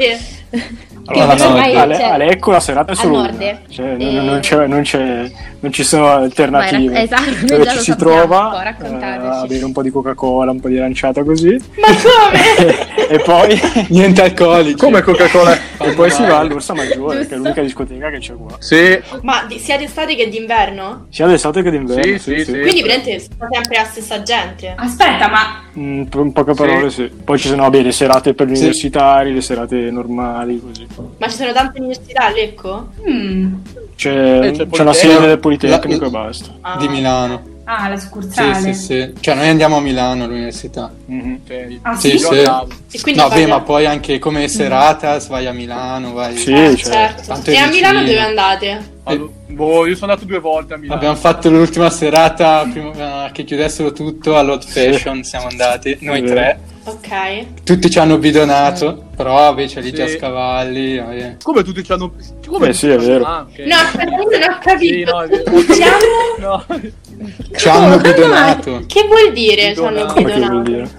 Speaker 5: Allora,
Speaker 4: Che
Speaker 5: la-
Speaker 4: ormai,
Speaker 5: a, Le-
Speaker 2: cioè,
Speaker 5: a Lecco ecco la serata è solo
Speaker 2: al nord.
Speaker 5: una. Cioè,
Speaker 2: Eh,
Speaker 5: non, non c'è, non, c'è, non ci sono alternative.
Speaker 2: Vai, racc- esatto, noi
Speaker 5: Dove
Speaker 2: già
Speaker 5: ci
Speaker 2: lo
Speaker 5: si
Speaker 2: sappiamo un po',
Speaker 5: trova
Speaker 2: raccontateci.
Speaker 5: eh, a bere un po' di Coca-Cola, un po' di aranciata così.
Speaker 1: Ma come?
Speaker 5: e poi
Speaker 4: Niente alcolici.
Speaker 5: come Coca-Cola e poi si va
Speaker 4: male.
Speaker 5: all'Orsa Maggiore, che
Speaker 2: Giusto.
Speaker 5: è l'unica discoteca che c'è qua.
Speaker 6: sì,
Speaker 3: Ah,
Speaker 1: Ma di- sia d'estate che d'inverno?
Speaker 5: Sia d'estate che d'inverno.
Speaker 6: Sì, sì, sì.
Speaker 1: Quindi prendete sempre la stessa gente.
Speaker 3: aspetta, ma
Speaker 5: Mm, per- in poche parole, sì. Poi ci sono vabbè, le serate per gli
Speaker 4: Sì.
Speaker 5: universitari, le serate normali, così.
Speaker 1: Ma ci sono tante università a Lecco?
Speaker 3: hmm,
Speaker 5: C'è,
Speaker 6: Eh, c'è il
Speaker 5: c'è la
Speaker 6: Politecnico.
Speaker 5: sede del Politecnico
Speaker 4: La-
Speaker 5: e basta.
Speaker 1: Ah.
Speaker 4: Di Milano.
Speaker 3: ah, la
Speaker 4: Sì,
Speaker 3: scursale.
Speaker 4: sì, sì. Cioè, noi andiamo a Milano all'università.
Speaker 5: Mhm.
Speaker 6: ok.
Speaker 3: Ah,
Speaker 4: Sì,
Speaker 3: sì?
Speaker 4: sì.
Speaker 6: Bravo.
Speaker 1: E quindi
Speaker 4: No,
Speaker 1: fate-
Speaker 4: beh, ma poi anche come serata vai a Milano, vai...
Speaker 5: Sì,
Speaker 1: Eh,
Speaker 5: cioè,
Speaker 1: certo.
Speaker 4: tanto
Speaker 1: E
Speaker 4: è
Speaker 1: a Milano
Speaker 4: vicino.
Speaker 1: dove andate?
Speaker 6: Allora, boh, io sono andato due volte a Milano.
Speaker 4: Abbiamo fatto eh, l'ultima serata prima che chiudessero tutto all'Hot Fashion, siamo andati, noi
Speaker 5: Sì.
Speaker 4: tre.
Speaker 1: Ok.
Speaker 4: Tutti ci hanno bidonato, però invece lì
Speaker 6: Sì.
Speaker 4: già scavalli. eh.
Speaker 6: Come tutti ci hanno... Come
Speaker 5: Eh sì, è vero.
Speaker 6: Ah, ok.
Speaker 1: No, aspetta, io non ho
Speaker 6: Sì,
Speaker 1: capito.
Speaker 6: no, è vero.
Speaker 1: Siamo-
Speaker 6: No.
Speaker 4: Ci hanno
Speaker 1: Come mai?
Speaker 4: bidonato.
Speaker 1: Che vuol dire ci hanno
Speaker 6: Bidonato.
Speaker 5: Come che vuol
Speaker 1: bidonato?
Speaker 5: dire?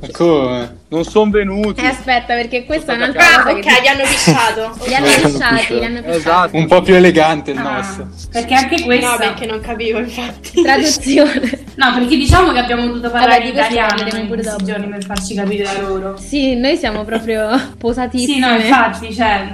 Speaker 4: Ma come?
Speaker 6: Non sono venuti.
Speaker 2: Eh, aspetta, perché questa è un'altra
Speaker 1: Ah,
Speaker 2: cosa
Speaker 1: ok,
Speaker 2: che...
Speaker 1: li hanno pisciato.
Speaker 2: Li hanno
Speaker 5: Hanno
Speaker 2: pisciati,
Speaker 5: pisciato.
Speaker 2: li hanno pisciati.
Speaker 6: Esatto.
Speaker 4: Un po' più elegante il
Speaker 3: Ah,
Speaker 4: nostro.
Speaker 3: perché anche
Speaker 1: No,
Speaker 3: questa.
Speaker 1: perché non capivo, infatti.
Speaker 2: Traduzione.
Speaker 3: No, perché diciamo che abbiamo dovuto parlare
Speaker 2: Vabbè, di questo
Speaker 3: italiano
Speaker 2: parleremo
Speaker 3: in
Speaker 2: pure
Speaker 3: questi
Speaker 2: dopo.
Speaker 3: giorni per farci capire da loro.
Speaker 2: Sì, noi siamo proprio posatissime.
Speaker 3: Sì, no, infatti, cioè,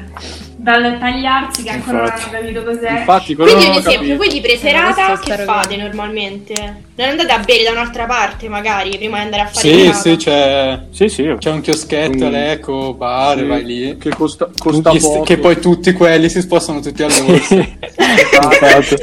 Speaker 3: dal tagliarsi che ancora
Speaker 5: Infatti.
Speaker 3: non hanno capito cos'è.
Speaker 6: Infatti, quello
Speaker 1: Quindi,
Speaker 6: non
Speaker 1: ad
Speaker 6: ho
Speaker 1: esempio,
Speaker 6: capito.
Speaker 1: voi di
Speaker 2: Eh,
Speaker 1: preserata
Speaker 2: questo
Speaker 1: che
Speaker 2: spero
Speaker 1: fate
Speaker 2: che-
Speaker 1: normalmente? Non andate a bere da un'altra parte, magari, prima di andare a fare
Speaker 4: Sì,
Speaker 1: serata?
Speaker 4: sì, c'è,
Speaker 5: Sì, sì.
Speaker 4: c'è un chioschetto,
Speaker 5: Mm.
Speaker 4: all'eco, bar, vai lì.
Speaker 6: Che costa, costa
Speaker 4: Gli st-
Speaker 6: poco.
Speaker 4: che poi tutti quelli si spostano tutti all'orso.
Speaker 5: Esatto.
Speaker 6: Sì.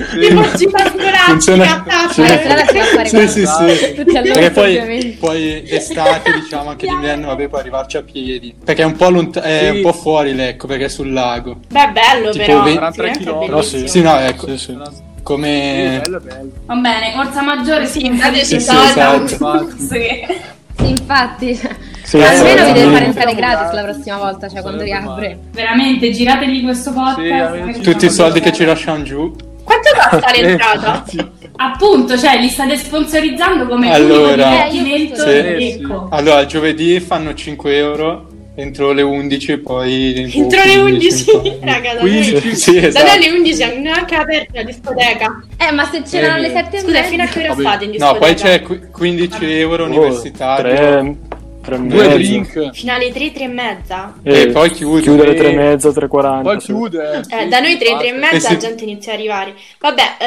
Speaker 1: Ci fa scolare,
Speaker 4: Funziona-
Speaker 1: ci fa
Speaker 5: Sì.
Speaker 1: fare-
Speaker 2: Allora, si va a fare
Speaker 4: sì, sì,
Speaker 6: guarda.
Speaker 4: sì.
Speaker 2: Tutti all'orso,
Speaker 4: Perché poi,
Speaker 2: ovviamente.
Speaker 4: poi d'estate, diciamo, anche d'inverno, vabbè, puoi arrivarci a piedi. Perché è un po', lont- è
Speaker 6: Sì.
Speaker 4: un po' fuori, ecco, perché è sul lago.
Speaker 1: Beh, bello
Speaker 4: Tipo
Speaker 1: però.
Speaker 4: 20
Speaker 1: sicuramente è
Speaker 6: chilometri.
Speaker 5: Però sì.
Speaker 4: Sì,
Speaker 1: bellissimo.
Speaker 4: no, ecco.
Speaker 5: Sì, sì.
Speaker 4: Come...
Speaker 6: Bello, bello.
Speaker 3: Va bene, Orsa Maggiore
Speaker 1: Sì,
Speaker 3: sì,
Speaker 1: dateci
Speaker 3: sì,
Speaker 4: i soldi.
Speaker 6: Infatti.
Speaker 3: Sì.
Speaker 2: Infatti,
Speaker 5: Sì,
Speaker 2: almeno
Speaker 5: sì,
Speaker 2: vi deve
Speaker 5: sì.
Speaker 2: fare entrare gratis la prossima volta, cioè quando
Speaker 6: Sarebbe
Speaker 2: riapre.
Speaker 3: Veramente, girategli questo
Speaker 6: Sì,
Speaker 3: podcast.
Speaker 6: amici.
Speaker 4: Tutti i soldi che ci lasciano giù.
Speaker 1: Quanto costa l'entrata?
Speaker 6: Eh, Infatti.
Speaker 3: Appunto, cioè, li state sponsorizzando come
Speaker 4: Allora.
Speaker 3: allora, divertimento ecco.
Speaker 2: Sì.
Speaker 3: di
Speaker 6: Sì.
Speaker 3: Lecco.
Speaker 4: Allora, il giovedì fanno 5 euro, entro le 11 poi... boh,
Speaker 1: Entro le
Speaker 4: 15,
Speaker 1: 11, raga, da noi.
Speaker 4: 15, sì,
Speaker 1: Da noi
Speaker 4: esatto.
Speaker 1: alle 11 è neanche aperta la discoteca.
Speaker 2: Eh, ma se c'erano
Speaker 4: Eh,
Speaker 2: le sette e
Speaker 1: Scusa,
Speaker 2: mezza...
Speaker 1: fino a che ora
Speaker 6: Vabbè.
Speaker 1: state in discoteca?
Speaker 4: No, poi c'è qui- 15
Speaker 5: Ah.
Speaker 4: euro
Speaker 6: Oh,
Speaker 4: universitario.
Speaker 5: Tre, tre e
Speaker 6: Due
Speaker 5: mezzo.
Speaker 6: drink.
Speaker 1: Finale 3, 3 e mezza?
Speaker 5: Eh,
Speaker 4: E poi chiude.
Speaker 5: Chiude alle
Speaker 6: Sì.
Speaker 5: tre e mezza, tre e quaranta.
Speaker 6: Poi
Speaker 5: sì.
Speaker 6: chiude.
Speaker 1: Eh, da noi 3, 3 e mezza
Speaker 4: Eh sì.
Speaker 1: la gente inizia a arrivare. Vabbè, eh,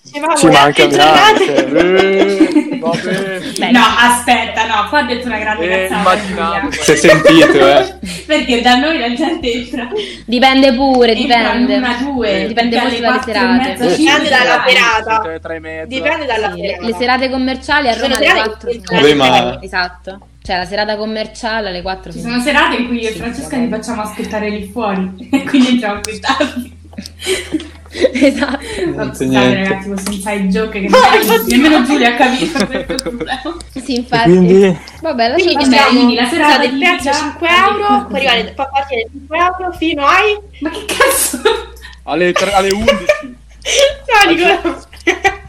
Speaker 1: dicevamo
Speaker 5: Sì, ma anche a
Speaker 1: buone
Speaker 5: Milano.
Speaker 1: giornate.
Speaker 5: cioè,
Speaker 6: Eh, vabbè.
Speaker 2: Beh,
Speaker 3: No, aspetta, no, qua ha detto una grande
Speaker 6: Eh,
Speaker 3: cazzata.
Speaker 6: immaginavo.
Speaker 3: Giulia.
Speaker 4: Si è sentito, eh.
Speaker 3: Perché da noi la gente entra
Speaker 2: Dipende pure,
Speaker 3: entra in
Speaker 2: Cioè, dipende.
Speaker 3: una, due,
Speaker 2: Dipende
Speaker 3: dalle
Speaker 2: molto dalle
Speaker 3: quattro e
Speaker 2: serate.
Speaker 3: mezza, cinque,
Speaker 1: Dipende dalla
Speaker 3: dai.
Speaker 1: serata.
Speaker 6: Tutte le tre e mezza.
Speaker 1: Dipende dalla
Speaker 2: Sì, le,
Speaker 1: serata.
Speaker 2: le serate commerciali a
Speaker 1: Sono
Speaker 2: Roma alle
Speaker 1: serate
Speaker 2: 4
Speaker 1: che-
Speaker 2: sono-
Speaker 4: Dove ma-
Speaker 2: Esatto. Cioè, la serata commerciale alle 4
Speaker 3: Ci
Speaker 2: sono-
Speaker 3: sono serate in cui io e Francesca ti facciamo aspettare lì fuori, e quindi entriamo più tardi.
Speaker 2: Esatto.
Speaker 4: Non c'è
Speaker 3: Scusate,
Speaker 4: niente.
Speaker 3: ragazzi, questo inside joke che
Speaker 1: No,
Speaker 3: nemmeno,
Speaker 1: infatti-
Speaker 3: nemmeno Giulia ha capito questo problema.
Speaker 2: Sì, infatti.
Speaker 5: Quindi-
Speaker 2: Vabbè,
Speaker 1: Quindi
Speaker 2: lasciamo
Speaker 3: Vabbè,
Speaker 1: diciamo
Speaker 3: quindi la serata
Speaker 1: usate il
Speaker 3: di
Speaker 1: prezzo
Speaker 3: già-
Speaker 1: 5 euro, può arrivare può partire da 5 euro fino ai.
Speaker 3: Ma che cazzo?
Speaker 6: Alle, tre- alle 11.
Speaker 1: No, dico.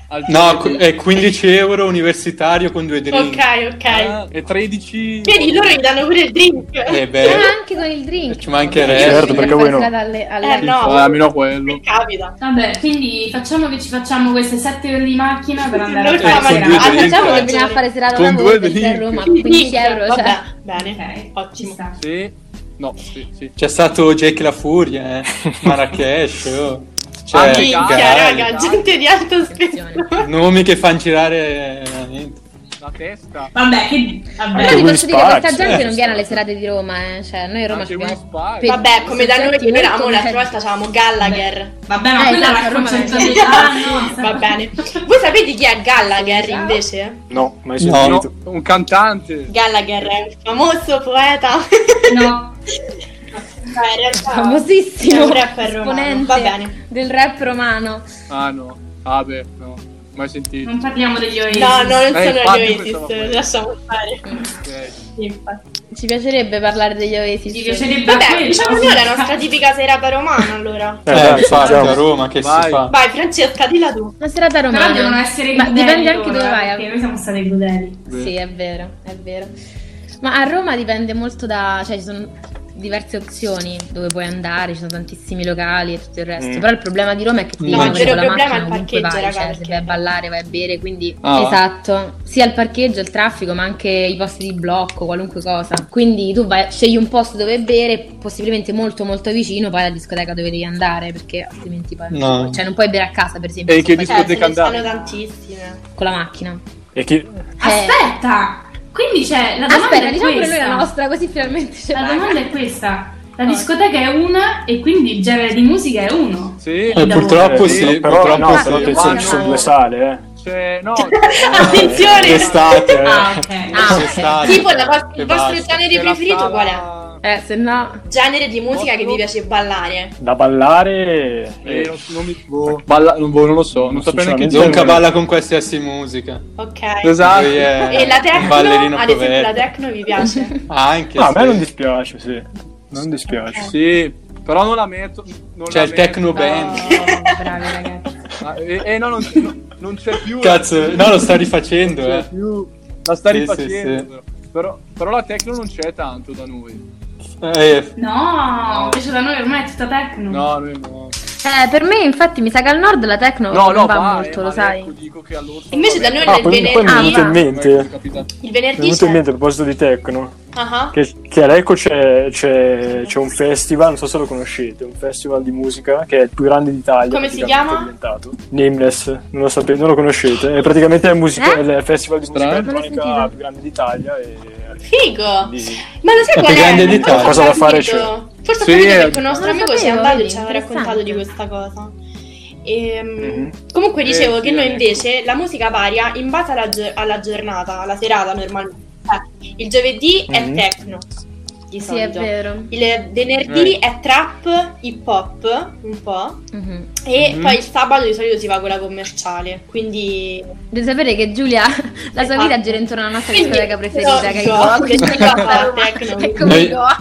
Speaker 6: al
Speaker 4: No,
Speaker 6: giovedì.
Speaker 4: qu- è 15 euro universitario con due drink.
Speaker 1: ok, ok.
Speaker 6: Ah, e 13.
Speaker 1: Vedi, loro gli danno pure il drink.
Speaker 4: Eh
Speaker 2: Ah,
Speaker 4: beh,
Speaker 2: anche con il drink.
Speaker 4: Eh, Ci mancherebbe.
Speaker 5: Certo, perché voi no.
Speaker 2: Serata Alle, alle-
Speaker 1: Eh, no.
Speaker 6: Ah, almeno quello.
Speaker 1: Che capita.
Speaker 2: Ah,
Speaker 3: Vabbè, quindi facciamo che ci facciamo queste 7 ore di macchina per andare a
Speaker 1: L'ultima
Speaker 3: fare
Speaker 4: con
Speaker 3: serata.
Speaker 4: due
Speaker 2: Ah,
Speaker 4: drink.
Speaker 2: facciamo che
Speaker 1: ragione.
Speaker 2: veniamo a fare serata
Speaker 6: Con
Speaker 2: una
Speaker 6: due
Speaker 2: volta cioè, a
Speaker 6: drink.
Speaker 2: Roma, 15 euro,
Speaker 1: Vabbè,
Speaker 2: cioè.
Speaker 1: bene.
Speaker 3: Ok, ci
Speaker 1: Ottimo.
Speaker 3: sta.
Speaker 6: Sì. No, sì, sì.
Speaker 4: c'è stato Jake la Furia, eh. Marrakesh, oh. c'è
Speaker 6: Anche
Speaker 1: Ah, Minchia,
Speaker 6: Gali,
Speaker 1: raga,
Speaker 6: Gali.
Speaker 1: gente di alto
Speaker 2: Attenzione.
Speaker 1: spettro.
Speaker 4: nomi che fanno girare eh, veramente.
Speaker 6: La testa.
Speaker 3: Vabbè, che...
Speaker 2: Però
Speaker 3: Vabbè.
Speaker 5: Anche
Speaker 2: ti
Speaker 5: voi
Speaker 2: posso dire,
Speaker 5: spacci,
Speaker 2: questa gente
Speaker 4: eh,
Speaker 2: non viene alle serate di Roma, eh. Cioè, noi a Roma
Speaker 6: Anche
Speaker 2: ci
Speaker 6: voi
Speaker 2: abbiamo...
Speaker 6: spacci.
Speaker 2: pe-
Speaker 1: Vabbè, come da noi che
Speaker 2: soggetti
Speaker 1: noi eravamo
Speaker 2: molto
Speaker 1: l'altra
Speaker 2: molto-
Speaker 1: volta, c'avevamo Gallagher.
Speaker 3: Vabbè, ma
Speaker 2: Eh,
Speaker 3: quella
Speaker 2: esatto,
Speaker 3: la
Speaker 2: a Roma non c'è.
Speaker 3: concentrazione
Speaker 1: Va bene. Voi sapete chi è Gallagher invece?
Speaker 5: No, mai
Speaker 4: No.
Speaker 6: No,
Speaker 5: sentito.
Speaker 6: un cantante.
Speaker 1: Gallagher è il famoso poeta.
Speaker 3: No,
Speaker 1: No, in realtà
Speaker 2: Famosissimo
Speaker 1: è un rapper romano.
Speaker 2: esponente
Speaker 1: Va bene.
Speaker 2: del rap romano.
Speaker 6: Ah, no. Vabbè, no. Mai sentito.
Speaker 1: Mm.
Speaker 3: non parliamo degli Oasis.
Speaker 1: No, no, non
Speaker 6: Eh,
Speaker 1: sono
Speaker 6: infatti,
Speaker 1: gli
Speaker 6: pensavo
Speaker 1: Oasis,
Speaker 6: quello.
Speaker 1: lasciamo stare.
Speaker 6: Mm. Ok.
Speaker 1: Sì, infatti.
Speaker 2: Ci piacerebbe parlare degli Oasis.
Speaker 3: Ci piacerebbe
Speaker 1: Vabbè,
Speaker 3: quello.
Speaker 1: diciamo noi la nostra tipica serata romana allora.
Speaker 5: Eh,
Speaker 4: Eh,
Speaker 5: dai,
Speaker 4: infatti,
Speaker 5: sentiamo.
Speaker 4: a Roma che si
Speaker 6: Vai.
Speaker 4: fa?
Speaker 1: Vai Francesca, dilla tu.
Speaker 2: Una serata romana.
Speaker 3: Però devono essere
Speaker 2: Ma
Speaker 3: crudeli
Speaker 2: dipende anche
Speaker 3: loro, eh,
Speaker 2: dove vai.
Speaker 3: Perché noi siamo stati crudeli.
Speaker 2: Sì, è vero, è vero. Ma a Roma dipende molto da... cioè ci sono diverse opzioni dove puoi andare, ci sono tantissimi locali e tutto il resto.
Speaker 5: Mm.
Speaker 2: Però il problema di Roma è che ti
Speaker 4: No,
Speaker 2: devi
Speaker 4: il
Speaker 2: muovere con
Speaker 4: vero
Speaker 2: la
Speaker 1: problema è
Speaker 2: macchina
Speaker 1: il
Speaker 2: ovunque
Speaker 1: parcheggio,
Speaker 2: vai,
Speaker 1: raga,
Speaker 2: cioè se
Speaker 1: perché-
Speaker 2: vai a ballare, vai a bere, quindi...
Speaker 4: Ah.
Speaker 2: esatto. Sia il parcheggio, il traffico, ma anche i posti di blocco, qualunque cosa. Quindi tu vai, scegli un posto dove bere, possibilmente molto molto vicino, poi alla discoteca dove devi andare, perché altrimenti poi...
Speaker 4: No.
Speaker 2: Cioè non puoi bere a casa, per esempio,
Speaker 6: E
Speaker 2: se
Speaker 6: che
Speaker 2: fai-
Speaker 1: Cioè, ce
Speaker 6: discoteca
Speaker 1: ne
Speaker 6: andate?
Speaker 1: sono tantissime.
Speaker 2: con la macchina.
Speaker 5: E chi...
Speaker 3: Aspetta! Quindi c'è... La domanda
Speaker 2: Aspetta,
Speaker 3: è
Speaker 2: diciamo pure noi
Speaker 3: questa.
Speaker 2: la nostra, così finalmente ce
Speaker 3: La
Speaker 2: l'ha.
Speaker 3: domanda è questa. La
Speaker 2: Cosa?
Speaker 3: discoteca è una e quindi il genere di musica è uno.
Speaker 6: Sì.
Speaker 4: Eh, purtroppo
Speaker 5: Eh,
Speaker 4: sì,
Speaker 5: però,
Speaker 4: purtroppo
Speaker 5: no,
Speaker 4: sì.
Speaker 5: però penso ci sono due sale, eh.
Speaker 6: C'è... Cioè, No.
Speaker 1: Attenzione!
Speaker 5: D'estate, eh.
Speaker 3: Ah, ok.
Speaker 2: Ah, ok.
Speaker 4: Estate,
Speaker 1: Tipo la- il
Speaker 4: eh, e
Speaker 1: vostro
Speaker 6: Ah,
Speaker 4: basta.
Speaker 1: genere
Speaker 6: C'è la
Speaker 1: preferito
Speaker 6: sala-
Speaker 1: qual è?
Speaker 2: Eh, se no...
Speaker 1: Genere di musica che vi piace ballare.
Speaker 5: Da ballare...
Speaker 6: Eh,
Speaker 5: eh,
Speaker 6: non, non mi... boh, balla- non, boh, non lo so, non saprei neanche
Speaker 5: Sinceramente-
Speaker 6: dire.
Speaker 4: Zonka balla con qualsiasi musica.
Speaker 1: Ok.
Speaker 6: Esatto.
Speaker 4: Lui è
Speaker 1: E la
Speaker 4: un
Speaker 1: techno, Ah,
Speaker 4: ballerino
Speaker 1: ad esempio, la
Speaker 4: provetto.
Speaker 1: techno vi piace?
Speaker 4: Anche.
Speaker 5: Ah, a me
Speaker 4: sì.
Speaker 5: non dispiace, sì. Non dispiace.
Speaker 6: Sì, però non la metto.
Speaker 4: C'è
Speaker 6: Non la
Speaker 4: Cioè, il
Speaker 6: metto.
Speaker 4: techno band.
Speaker 2: bravi ragazzi.
Speaker 6: Ah, eh, eh, no, non, non- non c'è più.
Speaker 4: Cazzo, no, lo sta rifacendo,
Speaker 6: Non c'è
Speaker 4: eh.
Speaker 6: più. La sta
Speaker 4: Sì,
Speaker 6: rifacendo.
Speaker 4: sì, sì.
Speaker 6: però. Però, però la techno non c'è tanto da noi.
Speaker 4: Eh,
Speaker 3: No, invece da noi ormai è tutta tecno.
Speaker 6: No, noi no.
Speaker 2: Eh, per me, infatti, mi sa che al nord la techno
Speaker 6: No, no,
Speaker 2: non va
Speaker 6: va,
Speaker 2: molto,
Speaker 6: eh,
Speaker 2: lo
Speaker 6: ma
Speaker 2: sai.
Speaker 6: ecco, dico che all'orso
Speaker 1: Invece
Speaker 6: la
Speaker 1: da noi
Speaker 6: metto.
Speaker 5: Ah,
Speaker 1: nel
Speaker 5: poi, poi mi è
Speaker 1: venerdì...
Speaker 5: venuto in
Speaker 6: Ecco,
Speaker 5: mente...
Speaker 6: capita-
Speaker 1: il
Speaker 5: Mi è
Speaker 1: venerdì
Speaker 5: venuto in
Speaker 1: c'è-
Speaker 5: mente a proposito di Tecno,
Speaker 1: Ah, ah.
Speaker 5: che, che a Lecco c'è, c'è- c'è un festival, non so se lo conoscete, un festival di musica che è il più grande d'Italia.
Speaker 1: Come si
Speaker 5: praticamente,
Speaker 1: chiama?
Speaker 5: è diventato. Nameless, non lo, sapete, non lo conoscete. È praticamente è musica-
Speaker 2: Eh?
Speaker 5: è il festival di musica
Speaker 6: Strano.
Speaker 2: Non l'ho
Speaker 5: elettronica
Speaker 2: sentito.
Speaker 5: più grande d'Italia. E...
Speaker 1: Figo!
Speaker 5: quindi-
Speaker 1: Ma lo sai
Speaker 4: È
Speaker 1: qual
Speaker 4: più
Speaker 1: è?
Speaker 4: grande
Speaker 1: Non
Speaker 4: d'Italia.
Speaker 1: forse ho
Speaker 5: Cosa da fare
Speaker 1: capito. Forse ho
Speaker 6: Sì,
Speaker 1: capito
Speaker 6: eh.
Speaker 1: perché un nostro
Speaker 2: Non lo
Speaker 1: amico ci è
Speaker 2: sapevo,
Speaker 1: andato e
Speaker 2: vedi,
Speaker 1: ci aveva raccontato di questa
Speaker 2: interessante.
Speaker 1: cosa. Ehm,
Speaker 5: Mhm.
Speaker 1: Comunque dicevo
Speaker 6: Eh,
Speaker 1: che
Speaker 6: sì,
Speaker 1: noi
Speaker 6: ecco.
Speaker 1: invece la musica varia in base alla, gio- alla giornata, alla serata normalmente. Eh, Il giovedì è
Speaker 5: Mhm.
Speaker 1: techno, di
Speaker 2: Sì, è
Speaker 1: solito.
Speaker 2: vero.
Speaker 1: il venerdì è trap, hip hop, un po'.
Speaker 2: Mhm.
Speaker 1: E
Speaker 6: Mhm.
Speaker 1: poi il sabato di solito si va con la commerciale. Quindi
Speaker 2: Devi sapere che Giulia, la sua vita gira intorno alla nostra discoteca preferita,
Speaker 1: Quindi,
Speaker 2: che
Speaker 1: no,
Speaker 2: è
Speaker 1: no,
Speaker 2: Goa.
Speaker 1: no, tecno.
Speaker 2: È come
Speaker 4: Noi-
Speaker 2: il Goa.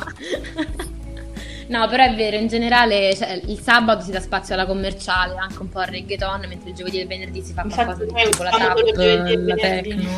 Speaker 2: No, però è vero, in generale cioè, il sabato si dà spazio alla commerciale, anche un po' al reggaeton, mentre il giovedì e il venerdì si fa
Speaker 1: infatti
Speaker 2: qualcosa di
Speaker 1: noi
Speaker 2: tipo la
Speaker 1: usciamo
Speaker 2: trap,
Speaker 1: solo giovedì e
Speaker 2: la
Speaker 1: venerdì.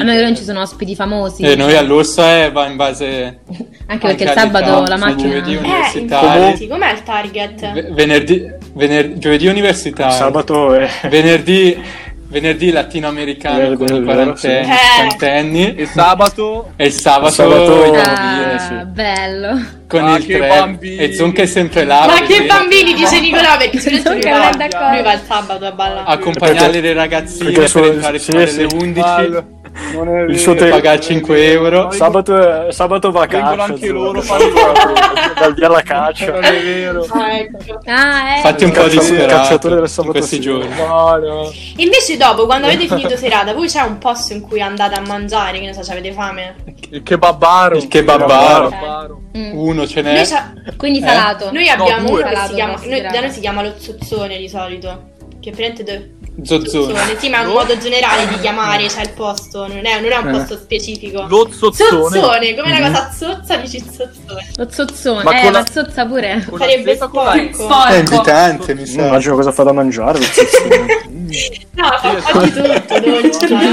Speaker 2: A noi non ci sono ospiti famosi,
Speaker 4: E noi all'Orsa eh, va in base
Speaker 2: anche perché il
Speaker 4: anche
Speaker 2: sabato
Speaker 4: all'età,
Speaker 2: la
Speaker 4: se
Speaker 2: macchina...
Speaker 4: giovedì un-
Speaker 1: Eh,
Speaker 4: Universitari.
Speaker 1: infatti, com'è il target?
Speaker 4: ve- venerdì, vener- giovedì universitario,
Speaker 5: Sabato è...
Speaker 4: venerdì, venerdì latinoamericano
Speaker 5: Verde,
Speaker 4: con i
Speaker 5: vero,
Speaker 4: quarantenni,
Speaker 1: sì. Eh.
Speaker 4: cinquantenni,
Speaker 6: E sabato
Speaker 4: e il sabato,
Speaker 5: Sabato-
Speaker 4: i bambini,
Speaker 2: Ah,
Speaker 4: sì.
Speaker 2: bello.
Speaker 4: con
Speaker 6: Ma
Speaker 4: il
Speaker 6: che
Speaker 4: tre
Speaker 6: bambini.
Speaker 4: e Zonka è sempre là
Speaker 1: Ma
Speaker 4: perché-
Speaker 1: che bambini, dice Nicolò, perché se adesso lui
Speaker 2: Zonka
Speaker 1: va,
Speaker 2: non è d'accordo.
Speaker 1: lui va il sabato a ballare.
Speaker 6: Ah,
Speaker 4: accompagnare
Speaker 5: Perché-
Speaker 4: le ragazzine
Speaker 5: perché
Speaker 4: per
Speaker 5: sono-
Speaker 4: entrare
Speaker 5: sì,
Speaker 4: fino alle
Speaker 5: sì.
Speaker 4: 11
Speaker 6: non è
Speaker 5: Il suo
Speaker 6: vero,
Speaker 5: te-
Speaker 4: pagare
Speaker 6: non è
Speaker 4: 5
Speaker 6: vero.
Speaker 4: euro.
Speaker 6: No,
Speaker 5: Sabato, è- sabato va a
Speaker 6: Vengono
Speaker 5: caccia.
Speaker 6: anche
Speaker 5: insomma,
Speaker 6: loro,
Speaker 5: dal-
Speaker 6: fanno-
Speaker 5: dal via alla caccia.
Speaker 6: Non è vero.
Speaker 1: Ah, ecco.
Speaker 2: Ah, eh.
Speaker 4: fatti un po'
Speaker 5: Cacciatore-
Speaker 4: di sperato
Speaker 5: cacciatore del
Speaker 4: in
Speaker 5: sabato
Speaker 4: questi
Speaker 5: sera.
Speaker 4: giorni
Speaker 6: No, no.
Speaker 1: Invece dopo, quando avete finito serata, voi c'è un posto in cui andate a mangiare, che ne so, se avete fame?
Speaker 6: Il kebabbaro.
Speaker 4: Il kebabbaro.
Speaker 6: kebabbaro.
Speaker 2: Mm.
Speaker 4: uno ce n'è
Speaker 1: Noi, c'ha-
Speaker 2: Quindi
Speaker 4: Eh?
Speaker 2: salato.
Speaker 1: noi abbiamo
Speaker 6: due.
Speaker 1: uno che si
Speaker 2: Salato,
Speaker 1: chiama,
Speaker 2: no,
Speaker 1: noi- da
Speaker 2: serata.
Speaker 1: noi si chiama lo zozzone di solito, che prende dove...
Speaker 4: zozzone
Speaker 1: Zozzone, sì, ma è un modo generale di chiamare, c'è il posto, non è, non è un
Speaker 4: Eh.
Speaker 1: posto specifico.
Speaker 6: Lo zozzone.
Speaker 1: Zozzone, come una cosa zozza dici zozzone.
Speaker 2: Lo zozzone,
Speaker 6: Ma
Speaker 2: eh,
Speaker 6: con la-
Speaker 2: ma zozza pure.
Speaker 6: Con la
Speaker 1: Sarebbe
Speaker 6: zeta, con la e.
Speaker 1: sporco.
Speaker 3: Sporco.
Speaker 4: mi
Speaker 5: Mm, Immagino cosa fa da mangiare.
Speaker 1: No, fa fa di tutto, dolce, non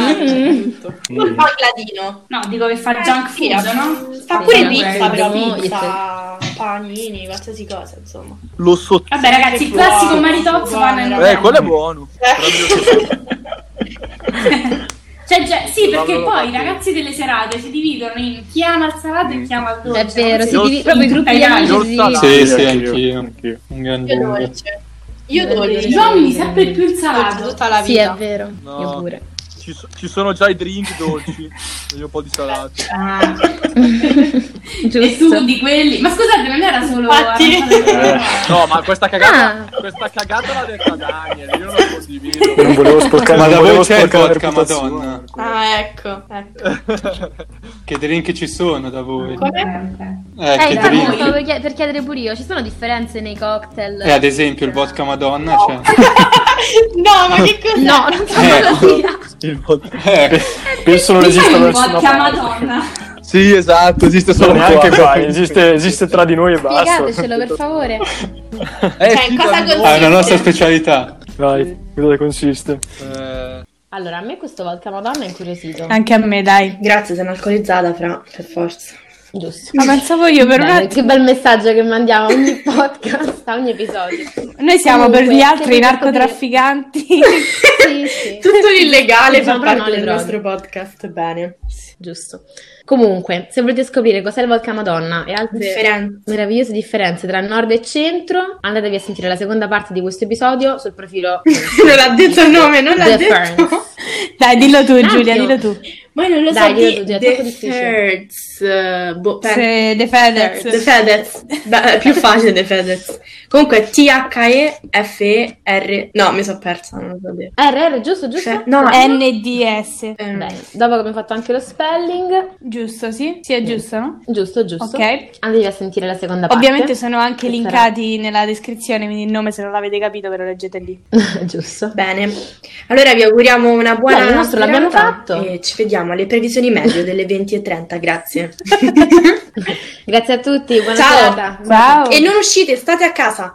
Speaker 1: fa il ladino.
Speaker 3: No, dico che fa
Speaker 1: Eh,
Speaker 3: junk
Speaker 1: sì,
Speaker 3: food, no?
Speaker 1: Fa pure
Speaker 2: Sì,
Speaker 1: pizza,
Speaker 2: vabbè,
Speaker 1: però
Speaker 2: abbiamo-
Speaker 1: pizza, panini, qualsiasi cosa, insomma.
Speaker 6: Lo zozzone.
Speaker 3: Vabbè ragazzi, il classico maritozzo vanno in
Speaker 1: Eh,
Speaker 6: Eh, quello
Speaker 3: novembre.
Speaker 6: è buono.
Speaker 3: Cioè, già- sì, perché
Speaker 6: Cavolo,
Speaker 3: poi i
Speaker 6: vabbè.
Speaker 3: ragazzi delle serate si dividono in chi ama il salato e chi ama il dolce.
Speaker 2: È vero, si
Speaker 6: Io-
Speaker 2: divide proprio i gruppi di
Speaker 3: Io-
Speaker 2: amici. si dividono.
Speaker 4: sì sì
Speaker 5: anch'io,
Speaker 4: anch'io
Speaker 5: anch'io.
Speaker 4: un gran
Speaker 1: Io
Speaker 4: lungo
Speaker 1: dolce. Io
Speaker 2: Io
Speaker 1: dolce.
Speaker 2: dolce.
Speaker 3: Gli uomini sempre più il salato.
Speaker 1: tutta la
Speaker 2: Sì, è
Speaker 1: vita.
Speaker 2: vero.
Speaker 6: No.
Speaker 2: Io pure.
Speaker 6: Ci, so- ci sono già i drink dolci. Voglio un po' di salato.
Speaker 3: Ah. E
Speaker 2: Giusto.
Speaker 3: tu di quelli. Ma scusate, non era solo.
Speaker 1: Infatti.
Speaker 5: Eh.
Speaker 6: No, ma questa cagata,
Speaker 2: Ah.
Speaker 6: questa cagata l'ha detta Daniel. Io non la condivido.
Speaker 5: Non volevo sporcare,
Speaker 4: ma
Speaker 5: non
Speaker 4: da
Speaker 5: volevo
Speaker 4: voi c'è il
Speaker 5: sporcare la
Speaker 4: vodka
Speaker 5: reputazione.
Speaker 4: madonna
Speaker 1: Ah, ecco, ecco.
Speaker 4: che drink ci sono da voi
Speaker 1: Come?
Speaker 4: eh,
Speaker 2: Eh, infatti
Speaker 4: che
Speaker 2: lo
Speaker 4: drink
Speaker 2: stavo per, chied- per chiedere pure io, ci sono differenze nei cocktail?
Speaker 4: Eh, ad esempio il vodka madonna cioè, c'è
Speaker 1: No, ma che cos'è?
Speaker 2: No, non so
Speaker 4: Eh,
Speaker 2: cosa sia.
Speaker 6: Il vodka.
Speaker 4: Eh,
Speaker 5: Penso non esista da
Speaker 3: un
Speaker 5: nessuna
Speaker 3: vodka
Speaker 5: parte.
Speaker 3: madonna.
Speaker 6: Sì, esatto, esiste solo
Speaker 5: Non neanche
Speaker 6: qua.
Speaker 5: qua, esiste, esiste tra di noi e basta.
Speaker 2: Spiegatecelo, per favore.
Speaker 6: Eh,
Speaker 1: Cioè,
Speaker 6: sì,
Speaker 1: cosa
Speaker 6: Daniel.
Speaker 1: consiste?
Speaker 4: ah, è una nostra specialità
Speaker 5: Vai, cosa consiste?
Speaker 6: Eh,
Speaker 2: Allora, a me questo Valca Madonna è incuriosito.
Speaker 7: Anche a me, dai.
Speaker 1: Grazie, sono alcolizzata, fra, per forza.
Speaker 2: Giusto.
Speaker 7: Ma pensavo io per un
Speaker 2: Bene,
Speaker 7: attimo.
Speaker 2: che bel messaggio che mandiamo a ogni podcast, a ogni episodio.
Speaker 7: Noi siamo per
Speaker 2: Comunque,
Speaker 7: gli altri
Speaker 2: che-
Speaker 7: narcotrafficanti.
Speaker 2: Sì, sì.
Speaker 1: Tutto l'illegale fa
Speaker 2: Comprano
Speaker 1: parte
Speaker 2: le
Speaker 1: del
Speaker 2: droghe.
Speaker 1: nostro podcast, bene.
Speaker 2: Giusto. Comunque, se volete scoprire cos'è il Volca Madonna e altre
Speaker 1: Differenza.
Speaker 2: meravigliose differenze tra nord e centro, andatevi a sentire la seconda parte di questo episodio sul profilo Non
Speaker 1: l'ha detto il nome, non l'ha
Speaker 2: The
Speaker 1: detto.
Speaker 2: Ferns.
Speaker 7: dai, dillo tu, Giulia,
Speaker 2: Attimo.
Speaker 7: dillo tu.
Speaker 1: Ma non lo
Speaker 2: Dai,
Speaker 1: so di
Speaker 2: dillo tu, Giulia, è
Speaker 1: The
Speaker 2: troppo difficile.
Speaker 1: Thirds. Fedez, eh, boh, Pen-
Speaker 3: Se The Feathers.
Speaker 1: The Fedez, Beh, è più facile The Fedez. Comunque è T-H-E-F-E-R, no mi sono persa, non lo so dire.
Speaker 2: RR, giusto, giusto?
Speaker 1: Fe- Cioè, no,
Speaker 3: NDS.
Speaker 1: ehm,
Speaker 2: Bene, dopo che abbiamo fatto anche lo spelling,
Speaker 3: Giusto, sì? Sì, è giusto, no?
Speaker 2: giusto, giusto.
Speaker 3: Ok.
Speaker 2: Andatevi a sentire la seconda parte.
Speaker 3: Ovviamente sono anche
Speaker 2: Che
Speaker 3: linkati nella descrizione, quindi il nome se non l'avete capito ve lo leggete lì.
Speaker 2: sarà- giusto.
Speaker 1: Bene, allora vi auguriamo una buona
Speaker 2: Bene, il nostro
Speaker 1: serata
Speaker 2: l'abbiamo fatto.
Speaker 1: e ci vediamo alle previsioni medio delle 20.30, grazie.
Speaker 2: Grazie a tutti, buona
Speaker 1: Ciao.
Speaker 2: serata.
Speaker 3: Ciao!
Speaker 1: e non uscite, state a casa.